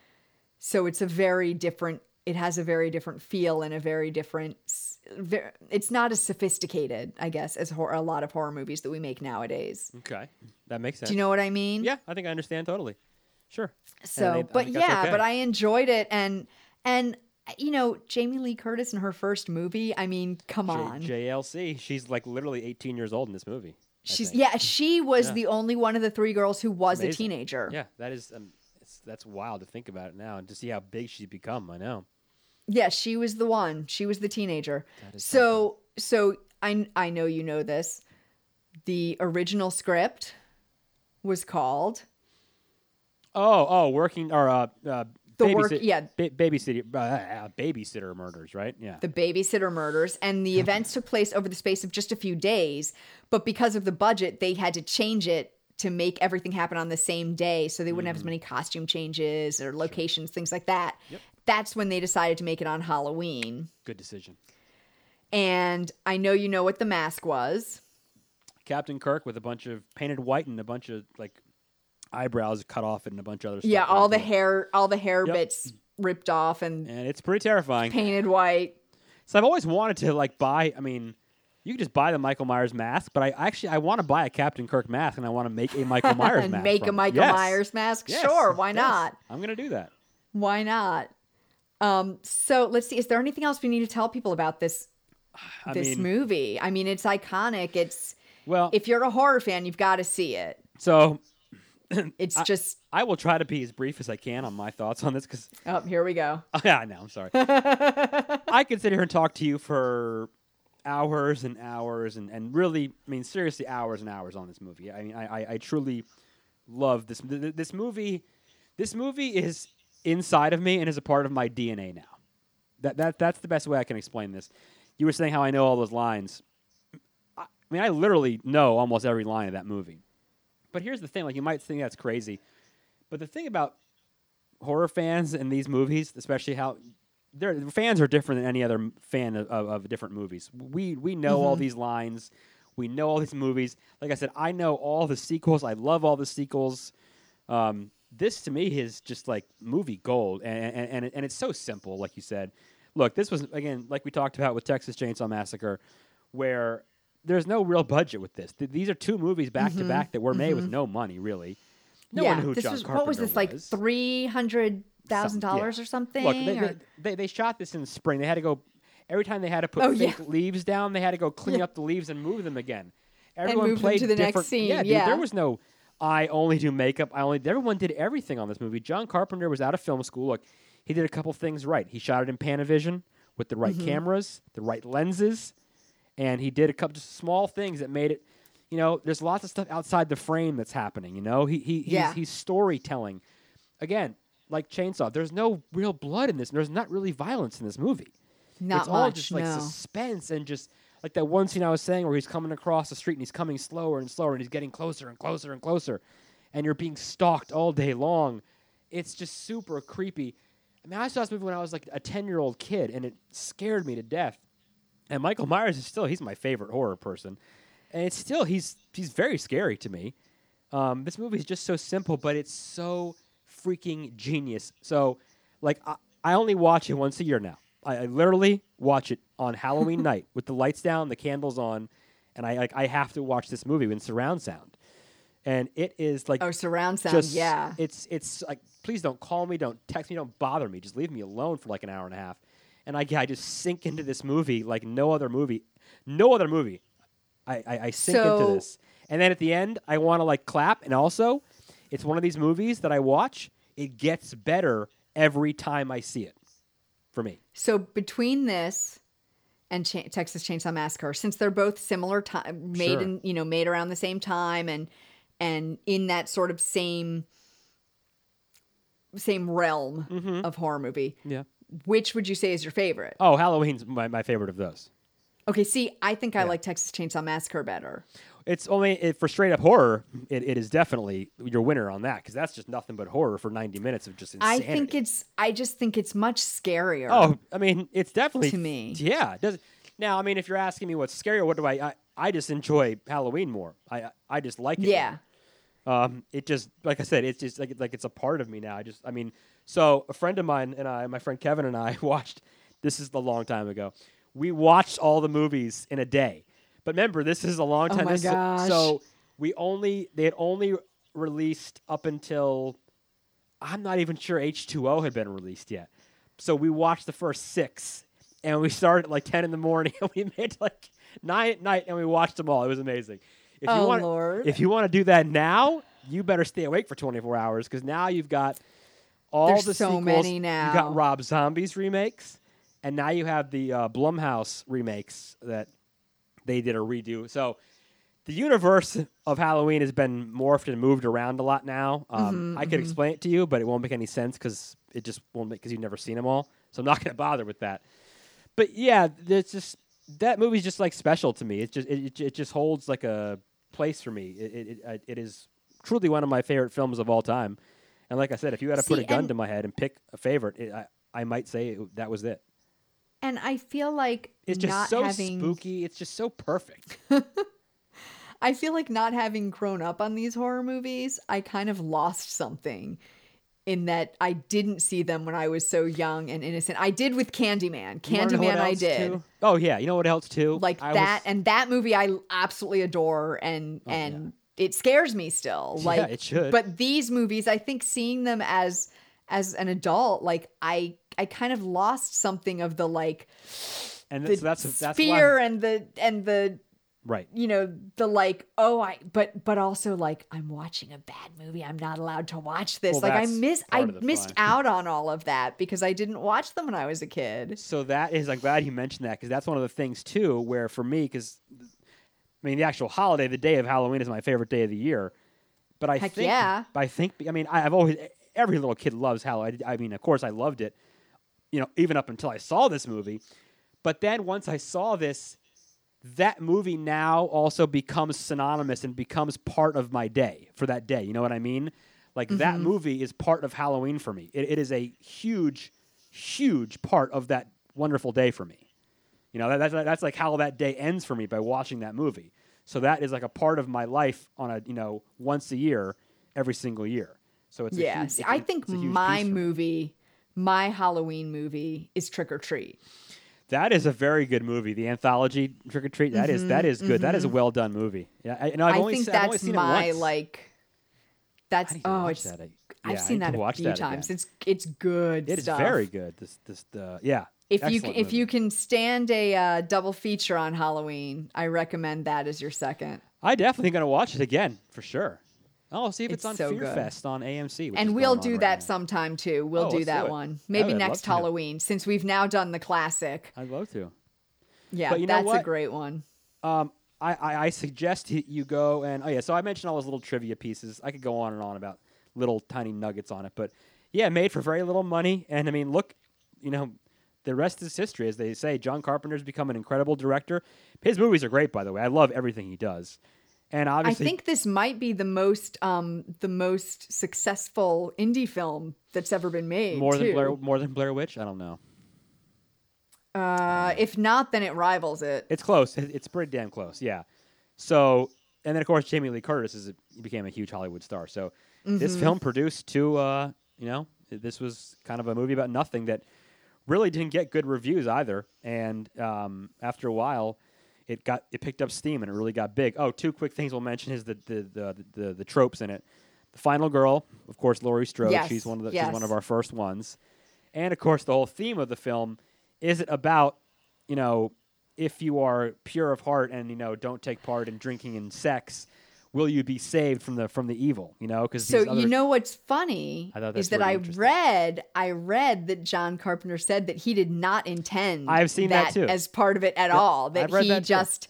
[SPEAKER 1] So it's a very different it has a very different feel and a very different s- ver- it's not as sophisticated, I guess, as hor- a lot of horror movies that we make nowadays.
[SPEAKER 2] Okay, that makes sense.
[SPEAKER 1] Do you know what I mean?
[SPEAKER 2] Yeah, I think I understand totally. Sure.
[SPEAKER 1] So,
[SPEAKER 2] I
[SPEAKER 1] but
[SPEAKER 2] think that's
[SPEAKER 1] yeah,
[SPEAKER 2] okay.
[SPEAKER 1] but I enjoyed it and and you know, Jamie Lee Curtis in her first movie, I mean, come
[SPEAKER 2] J-
[SPEAKER 1] on.
[SPEAKER 2] JLC. She's like literally 18 years old in this movie. I
[SPEAKER 1] She's
[SPEAKER 2] think.
[SPEAKER 1] yeah, she was
[SPEAKER 2] Yeah.
[SPEAKER 1] the only one of the three girls who was a
[SPEAKER 2] Amazing.
[SPEAKER 1] teenager.
[SPEAKER 2] Yeah, that is. Um, it's, that's wild to think about it now and to see how big she's become. I know.
[SPEAKER 1] Yeah, she was the one. She was the teenager. So so I I know you know this. The original script was called
[SPEAKER 2] Oh, oh, working or uh, uh
[SPEAKER 1] The work-
[SPEAKER 2] babysit-
[SPEAKER 1] yeah.
[SPEAKER 2] ba- babysitter, uh, uh, babysitter murders, right? Yeah.
[SPEAKER 1] The Babysitter Murders, and the events took place over the space of just a few days. But because of the budget, they had to change it to make everything happen on the same day so they wouldn't have as many costume changes or locations, things like that. That's when they decided to make it on Halloween.
[SPEAKER 2] Good decision.
[SPEAKER 1] And I know you know what the mask was.
[SPEAKER 2] Captain Kirk with a bunch of painted white and a bunch of like eyebrows cut off and a bunch of other stuff.
[SPEAKER 1] Yeah, all
[SPEAKER 2] onto
[SPEAKER 1] the
[SPEAKER 2] it.
[SPEAKER 1] hair, all the hair
[SPEAKER 2] Yep.
[SPEAKER 1] bits ripped off and
[SPEAKER 2] And it's pretty terrifying.
[SPEAKER 1] painted white.
[SPEAKER 2] So I've always wanted to like buy. I mean, you can just buy the Michael Myers mask, but I actually I want to buy a Captain Kirk mask, and I want to make a Michael Myers
[SPEAKER 1] and
[SPEAKER 2] mask.
[SPEAKER 1] make a
[SPEAKER 2] from it.
[SPEAKER 1] Michael
[SPEAKER 2] Yes.
[SPEAKER 1] Myers mask.
[SPEAKER 2] Yes.
[SPEAKER 1] Sure, why
[SPEAKER 2] Yes.
[SPEAKER 1] not?
[SPEAKER 2] I'm gonna do that.
[SPEAKER 1] Why not? Um, so let's see. Is there anything else we need to tell people about this
[SPEAKER 2] I
[SPEAKER 1] this
[SPEAKER 2] mean,
[SPEAKER 1] movie? I mean, it's iconic. It's
[SPEAKER 2] well,
[SPEAKER 1] if you're a horror fan, you've got to see it.
[SPEAKER 2] so
[SPEAKER 1] It's just
[SPEAKER 2] I will try to be as brief as I can on my thoughts on this because
[SPEAKER 1] oh, here we go.
[SPEAKER 2] I know I'm sorry. I could sit here and talk to you for hours and hours and, and really, I mean, seriously, hours and hours on this movie. I mean, I, I, I truly love this th- th- this movie. This movie is inside of me and is a part of my DNA now. That that that's the best way I can explain this. You were saying how I know all those lines. I, I mean, I literally know almost every line of that movie. But here's the thing: like, you might think that's crazy, but the thing about horror fans in these movies, especially how their fans are different than any other m- fan of, of, of different movies. We we know all
[SPEAKER 1] Mm-hmm.
[SPEAKER 2] these lines, we know all these movies. Like I said, I know all the sequels. I love all the sequels. Um, this to me is just like movie gold, and and, and, it- and it's so simple. Like you said, look, this was again like we talked about with Texas Chainsaw Massacre, where there's no real budget with this. Th- these are two movies back to back that were made with no money, really.
[SPEAKER 1] Mm-hmm.
[SPEAKER 2] No
[SPEAKER 1] yeah,
[SPEAKER 2] one who
[SPEAKER 1] this
[SPEAKER 2] John
[SPEAKER 1] was
[SPEAKER 2] Carpenter
[SPEAKER 1] what was this like
[SPEAKER 2] was.
[SPEAKER 1] three hundred thousand
[SPEAKER 2] Some- yeah.
[SPEAKER 1] dollars or something?
[SPEAKER 2] Look, they,
[SPEAKER 1] or-
[SPEAKER 2] they, they, they shot this in the spring. They had to go every time they had to put
[SPEAKER 1] Oh, yeah.
[SPEAKER 2] fake leaves down. They had to go clean up the leaves and move them again. Everyone
[SPEAKER 1] move them
[SPEAKER 2] played
[SPEAKER 1] to the next
[SPEAKER 2] different-
[SPEAKER 1] scene,
[SPEAKER 2] Yeah, dude,
[SPEAKER 1] yeah.
[SPEAKER 2] there was no. I only do makeup. I only. Everyone did everything on this movie. John Carpenter was out of film school. Look, he did a couple things right. He shot it in Panavision with the right
[SPEAKER 1] Mm-hmm.
[SPEAKER 2] cameras, the right lenses, and he did a couple just small things that made it. You know, there's lots of stuff outside the frame that's happening. You know, he he he's,
[SPEAKER 1] Yeah.
[SPEAKER 2] he's storytelling again, like Chainsaw, there's no real blood in this. and There's not really violence in this movie.
[SPEAKER 1] Not
[SPEAKER 2] it's all
[SPEAKER 1] much,
[SPEAKER 2] just like
[SPEAKER 1] no.
[SPEAKER 2] suspense and just like that one scene I was saying where he's coming across the street and he's coming slower and slower and he's getting closer and closer and closer, and you're being stalked all day long. It's just super creepy. I mean, I saw this movie when I was like a ten year old kid, and it scared me to death. And Michael Myers is still he's my favorite horror person, and it's still he's he's very scary to me. Um, this movie is just so simple, but it's so freaking genius. So, like, I, I only watch it once a year now. I, I literally watch it on Halloween night with the lights down, the candles on, and I like I have to watch this movie in surround sound, and it is like
[SPEAKER 1] oh, surround sound.
[SPEAKER 2] just
[SPEAKER 1] yeah,
[SPEAKER 2] it's it's like please don't call me, don't text me, don't bother me, just leave me alone for like an hour and a half, and I I just sink into this movie like no other movie, no other movie I, I, I sink
[SPEAKER 1] So-
[SPEAKER 2] into this. And then at the end, I want to like clap. And also, it's one of these movies that I watch. It gets better every time I see it. For me,
[SPEAKER 1] So between this and Cha- Texas Chainsaw Massacre, since they're both similar time, made
[SPEAKER 2] Sure.
[SPEAKER 1] in you know made around the same time and and in that sort of same same realm
[SPEAKER 2] Mm-hmm.
[SPEAKER 1] of horror movie,
[SPEAKER 2] yeah.
[SPEAKER 1] which would you say is your favorite?
[SPEAKER 2] Oh, Halloween's my, my favorite of those.
[SPEAKER 1] Okay, see, I think I like Texas Chainsaw Massacre better.
[SPEAKER 2] It's only it, for straight up horror. It, it is definitely your winner on that because that's just nothing but horror for ninety minutes of just insanity.
[SPEAKER 1] I think it's I just think it's much scarier.
[SPEAKER 2] Oh, I mean, it's definitely
[SPEAKER 1] To me.
[SPEAKER 2] Yeah. it Does now? I mean, if you're asking me what's scary, what do I? I, I just enjoy Halloween more. I I- I just like it. more.
[SPEAKER 1] yeah.
[SPEAKER 2] um, it just like I said, it's just like like it's a part of me now. I just I mean, so a friend of mine and I, my friend Kevin and I watched. This is a long time ago. We watched all the movies in a day. But remember, this is a long
[SPEAKER 1] Oh
[SPEAKER 2] time.
[SPEAKER 1] my
[SPEAKER 2] this,
[SPEAKER 1] gosh.
[SPEAKER 2] So we only they had only released up until I'm not even sure H2O had been released yet. So we watched the first six, and we started at like ten in the morning, and we made it to, like nine at night, and we watched them all. It was amazing. If
[SPEAKER 1] Oh,
[SPEAKER 2] you want,
[SPEAKER 1] Lord.
[SPEAKER 2] if you want to do that now, you better stay awake for 24 hours because now you've got all
[SPEAKER 1] There's
[SPEAKER 2] the
[SPEAKER 1] so
[SPEAKER 2] sequels.
[SPEAKER 1] many
[SPEAKER 2] You
[SPEAKER 1] now.
[SPEAKER 2] got Rob Zombie's remakes, and now you have the uh, Blumhouse remakes that they did a redo. So the universe of Halloween has been morphed and moved around a lot now.
[SPEAKER 1] Mm-hmm,
[SPEAKER 2] Um, I could explain it to you, but it won't make any sense because it just won't make because you've never seen them all. So I'm not going to bother with that. But yeah, it's just that movie's just like special to me. It just it, it, it just holds like a place for me. It, it it it is truly one of my favorite films of all time. And like I said, if you had to put
[SPEAKER 1] See,
[SPEAKER 2] a gun
[SPEAKER 1] and-
[SPEAKER 2] to my head and pick a favorite, it, I I might say it, that was it.
[SPEAKER 1] And I feel like
[SPEAKER 2] It's just
[SPEAKER 1] not
[SPEAKER 2] so
[SPEAKER 1] having
[SPEAKER 2] spooky. It's just so perfect.
[SPEAKER 1] I feel like not having grown up on these horror movies, I kind of lost something in that I didn't see them when I was so young and innocent. I did with Candyman.
[SPEAKER 2] You wanna know what
[SPEAKER 1] Candyman, I
[SPEAKER 2] else,
[SPEAKER 1] did.
[SPEAKER 2] too? Oh yeah, you know what else too?
[SPEAKER 1] Like
[SPEAKER 2] I was- Oh,
[SPEAKER 1] that and that movie I absolutely adore and and it scares me still.
[SPEAKER 2] Yeah,
[SPEAKER 1] Like
[SPEAKER 2] it should.
[SPEAKER 1] But these movies, I think seeing them as as an adult, like I I kind of lost something of the like
[SPEAKER 2] and
[SPEAKER 1] the
[SPEAKER 2] so that's that's
[SPEAKER 1] fear
[SPEAKER 2] why,
[SPEAKER 1] and the and the
[SPEAKER 2] right.
[SPEAKER 1] you know the like oh I but but also like I'm watching a bad movie I'm not allowed to watch this
[SPEAKER 2] Well,
[SPEAKER 1] like I
[SPEAKER 2] that's
[SPEAKER 1] miss I
[SPEAKER 2] part of the
[SPEAKER 1] missed
[SPEAKER 2] fun.
[SPEAKER 1] out on all of that because I didn't watch them when I was a kid.
[SPEAKER 2] So that is, I'm glad you mentioned that because that's one of the things too, where for me, because I mean, the actual holiday, the day of Halloween, is my favorite day of the year. But I
[SPEAKER 1] Heck
[SPEAKER 2] think,
[SPEAKER 1] yeah.
[SPEAKER 2] but I think, I mean, I- I've always e, every little kid loves Halloween. I mean, of course, I loved it, you know, even up until I saw this movie. But then once I saw this, that movie now also becomes synonymous and becomes part of my day for that day. You know what I mean? Like
[SPEAKER 1] Mm-hmm.
[SPEAKER 2] that movie is part of Halloween for me. It, it is a huge, huge part of that wonderful day for me. You know, that, that's, that's like how that day ends for me by watching that movie. So that is like a part of my life on a, you know, once a year, every single year. So it's a
[SPEAKER 1] Yeah,
[SPEAKER 2] huge,
[SPEAKER 1] see,
[SPEAKER 2] it's a-
[SPEAKER 1] I think
[SPEAKER 2] it's a huge
[SPEAKER 1] my
[SPEAKER 2] piece for me.
[SPEAKER 1] movie, my Halloween movie is Trick or Treat.
[SPEAKER 2] That is a very good movie. The anthology Trick or Treat. That is that is good. That is a well done movie. Yeah, I, and I've
[SPEAKER 1] Mm-hmm, I
[SPEAKER 2] only
[SPEAKER 1] think
[SPEAKER 2] se- I've only
[SPEAKER 1] that's
[SPEAKER 2] seen
[SPEAKER 1] my
[SPEAKER 2] it once.
[SPEAKER 1] like.
[SPEAKER 2] I
[SPEAKER 1] That's
[SPEAKER 2] need to
[SPEAKER 1] oh,
[SPEAKER 2] watch
[SPEAKER 1] it's
[SPEAKER 2] that. I- yeah, I
[SPEAKER 1] I've seen
[SPEAKER 2] need
[SPEAKER 1] that
[SPEAKER 2] to
[SPEAKER 1] a
[SPEAKER 2] watch
[SPEAKER 1] few
[SPEAKER 2] that
[SPEAKER 1] times.
[SPEAKER 2] again.
[SPEAKER 1] It's it's good.
[SPEAKER 2] It is
[SPEAKER 1] stuff.
[SPEAKER 2] very good. This this uh, yeah.
[SPEAKER 1] If you
[SPEAKER 2] Excellent
[SPEAKER 1] can, if
[SPEAKER 2] movie.
[SPEAKER 1] you can stand a uh, double feature on Halloween, I recommend that as your second.
[SPEAKER 2] I definitely gonna watch it again for sure. Oh, I'll see if it's,
[SPEAKER 1] It's
[SPEAKER 2] on
[SPEAKER 1] so
[SPEAKER 2] Fear
[SPEAKER 1] good.
[SPEAKER 2] Fest on AMC. which is
[SPEAKER 1] and we'll
[SPEAKER 2] going on
[SPEAKER 1] do
[SPEAKER 2] right
[SPEAKER 1] that
[SPEAKER 2] now.
[SPEAKER 1] sometime too. We'll
[SPEAKER 2] Oh,
[SPEAKER 1] do
[SPEAKER 2] let's
[SPEAKER 1] that
[SPEAKER 2] do it.
[SPEAKER 1] one.
[SPEAKER 2] I
[SPEAKER 1] Maybe
[SPEAKER 2] would love
[SPEAKER 1] next
[SPEAKER 2] to do it.
[SPEAKER 1] Halloween since we've now done the classic.
[SPEAKER 2] I'd love to.
[SPEAKER 1] Yeah,
[SPEAKER 2] But you know
[SPEAKER 1] that's a
[SPEAKER 2] what?
[SPEAKER 1] great one.
[SPEAKER 2] Um, I, I, I suggest y- you go and oh yeah, so I mentioned all those little trivia pieces. I could go on and on about little tiny nuggets on it, but yeah, made for very little money. And I mean, look, you know, the rest is history, as they say. John Carpenter's become an incredible director. His movies are great, by the way. I love everything he does. And
[SPEAKER 1] I
[SPEAKER 2] obviously,
[SPEAKER 1] think this might be the most um the most successful indie film that's ever been made.
[SPEAKER 2] more than
[SPEAKER 1] too.
[SPEAKER 2] Blair, more than Blair Witch. I don't know.
[SPEAKER 1] Uh, if not, then it rivals it.
[SPEAKER 2] It's close. It- It's pretty damn close. Yeah. So, and then of course Jamie Lee Curtis is a, he became a huge Hollywood star. So this
[SPEAKER 1] Mm-hmm.
[SPEAKER 2] film produced to uh, you know this was kind of a movie about nothing that really didn't get good reviews either. And um, after a while, it got it picked up steam and it really got big. Oh, two quick things we'll mention is the the the the, the, tropes in it. The final girl, of course, Laurie Strode.
[SPEAKER 1] Yes,
[SPEAKER 2] She's one of the, she's
[SPEAKER 1] yes.
[SPEAKER 2] one of our first ones. And of course, the whole theme of the film is it about, you know, if you are pure of heart and you know don't take part in drinking and sex, will you be saved from the from the evil? You know, because
[SPEAKER 1] So you know what's funny
[SPEAKER 2] I thought
[SPEAKER 1] is
[SPEAKER 2] that's
[SPEAKER 1] that
[SPEAKER 2] really
[SPEAKER 1] I
[SPEAKER 2] interesting.
[SPEAKER 1] read I read that John Carpenter said that he did not intend
[SPEAKER 2] I've seen that too.
[SPEAKER 1] as part of it at all. That
[SPEAKER 2] I've read
[SPEAKER 1] he
[SPEAKER 2] that too.
[SPEAKER 1] just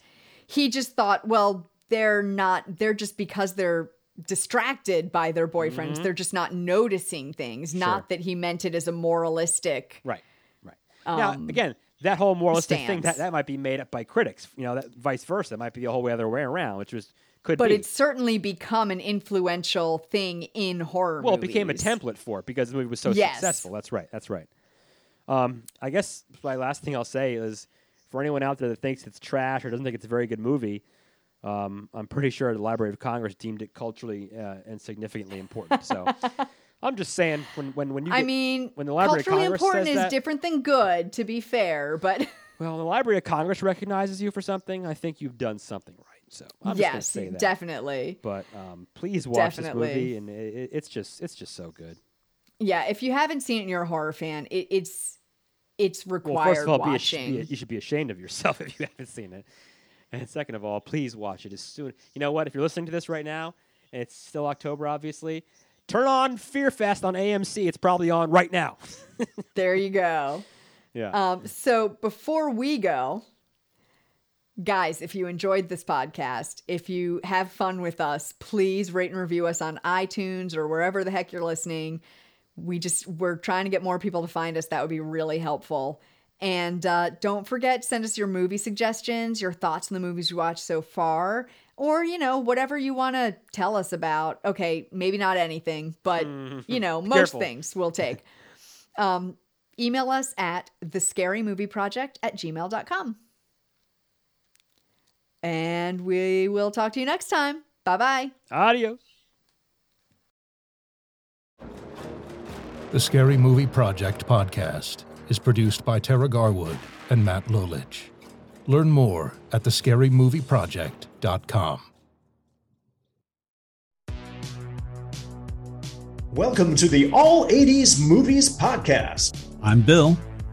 [SPEAKER 1] he just thought, well, they're not they're just because they're distracted by their boyfriends, they're just not noticing things.
[SPEAKER 2] Mm-hmm. Sure.
[SPEAKER 1] Not that he meant it as a moralistic
[SPEAKER 2] right, right. now
[SPEAKER 1] Um,
[SPEAKER 2] again, that whole moralistic thing that,
[SPEAKER 1] stance.
[SPEAKER 2] that might be made up by critics. You know, that vice versa, it might be the whole way other way around, which was could
[SPEAKER 1] but
[SPEAKER 2] be.
[SPEAKER 1] it's certainly become an influential thing in horror.
[SPEAKER 2] well, it became a
[SPEAKER 1] movies.
[SPEAKER 2] template for it because the movie was so
[SPEAKER 1] Yes.
[SPEAKER 2] successful. That's right. That's right. Um, I guess my last thing I'll say is for anyone out there that thinks it's trash or doesn't think it's a very good movie, um, I'm pretty sure the Library of Congress deemed it culturally uh, and significantly important. So I'm just saying when when when you
[SPEAKER 1] I
[SPEAKER 2] get-
[SPEAKER 1] mean,
[SPEAKER 2] when the Library of
[SPEAKER 1] culturally
[SPEAKER 2] Congress
[SPEAKER 1] important
[SPEAKER 2] says
[SPEAKER 1] is
[SPEAKER 2] that-
[SPEAKER 1] different than good, to be fair. But
[SPEAKER 2] well, when the Library of Congress recognizes you for something, I think you've done something right. So I'm
[SPEAKER 1] yes,
[SPEAKER 2] just gonna say that.
[SPEAKER 1] definitely.
[SPEAKER 2] but um, please watch
[SPEAKER 1] Definitely.
[SPEAKER 2] this movie, and it, it- it's just it's just so good.
[SPEAKER 1] Yeah, if you haven't seen it, and you're a horror fan. It, it's it's required
[SPEAKER 2] Well, first of all, be ash-
[SPEAKER 1] watching.
[SPEAKER 2] be, you should be ashamed of yourself if you haven't seen it. And second of all, please watch it as soon. You know what? If you're listening to this right now, and it's still October, obviously. Turn on Fear Fest on AMC. It's probably on right now. Uh,
[SPEAKER 1] There you go.
[SPEAKER 2] yeah.
[SPEAKER 1] Um, so before we go, guys, if you enjoyed this podcast, if you have fun with us, please rate and review us on iTunes or wherever the heck you're listening. We just we're trying to get more people to find us. That would be really helpful. And uh, don't forget, send us your movie suggestions, your thoughts on the movies you watched so far, or you know whatever you want to tell us about. Okay, maybe not anything, but you know most
[SPEAKER 2] Careful.
[SPEAKER 1] things we'll take. Um, email us at the scary movie project at gmail.com and we will talk to you next time bye bye
[SPEAKER 2] Adios.
[SPEAKER 3] The Scary Movie Project podcast is produced by Tara Garwood and Matt Lolich. Learn more at thescarymovieproject.com.
[SPEAKER 4] Welcome to the All 80s Movies Podcast. I'm Bill.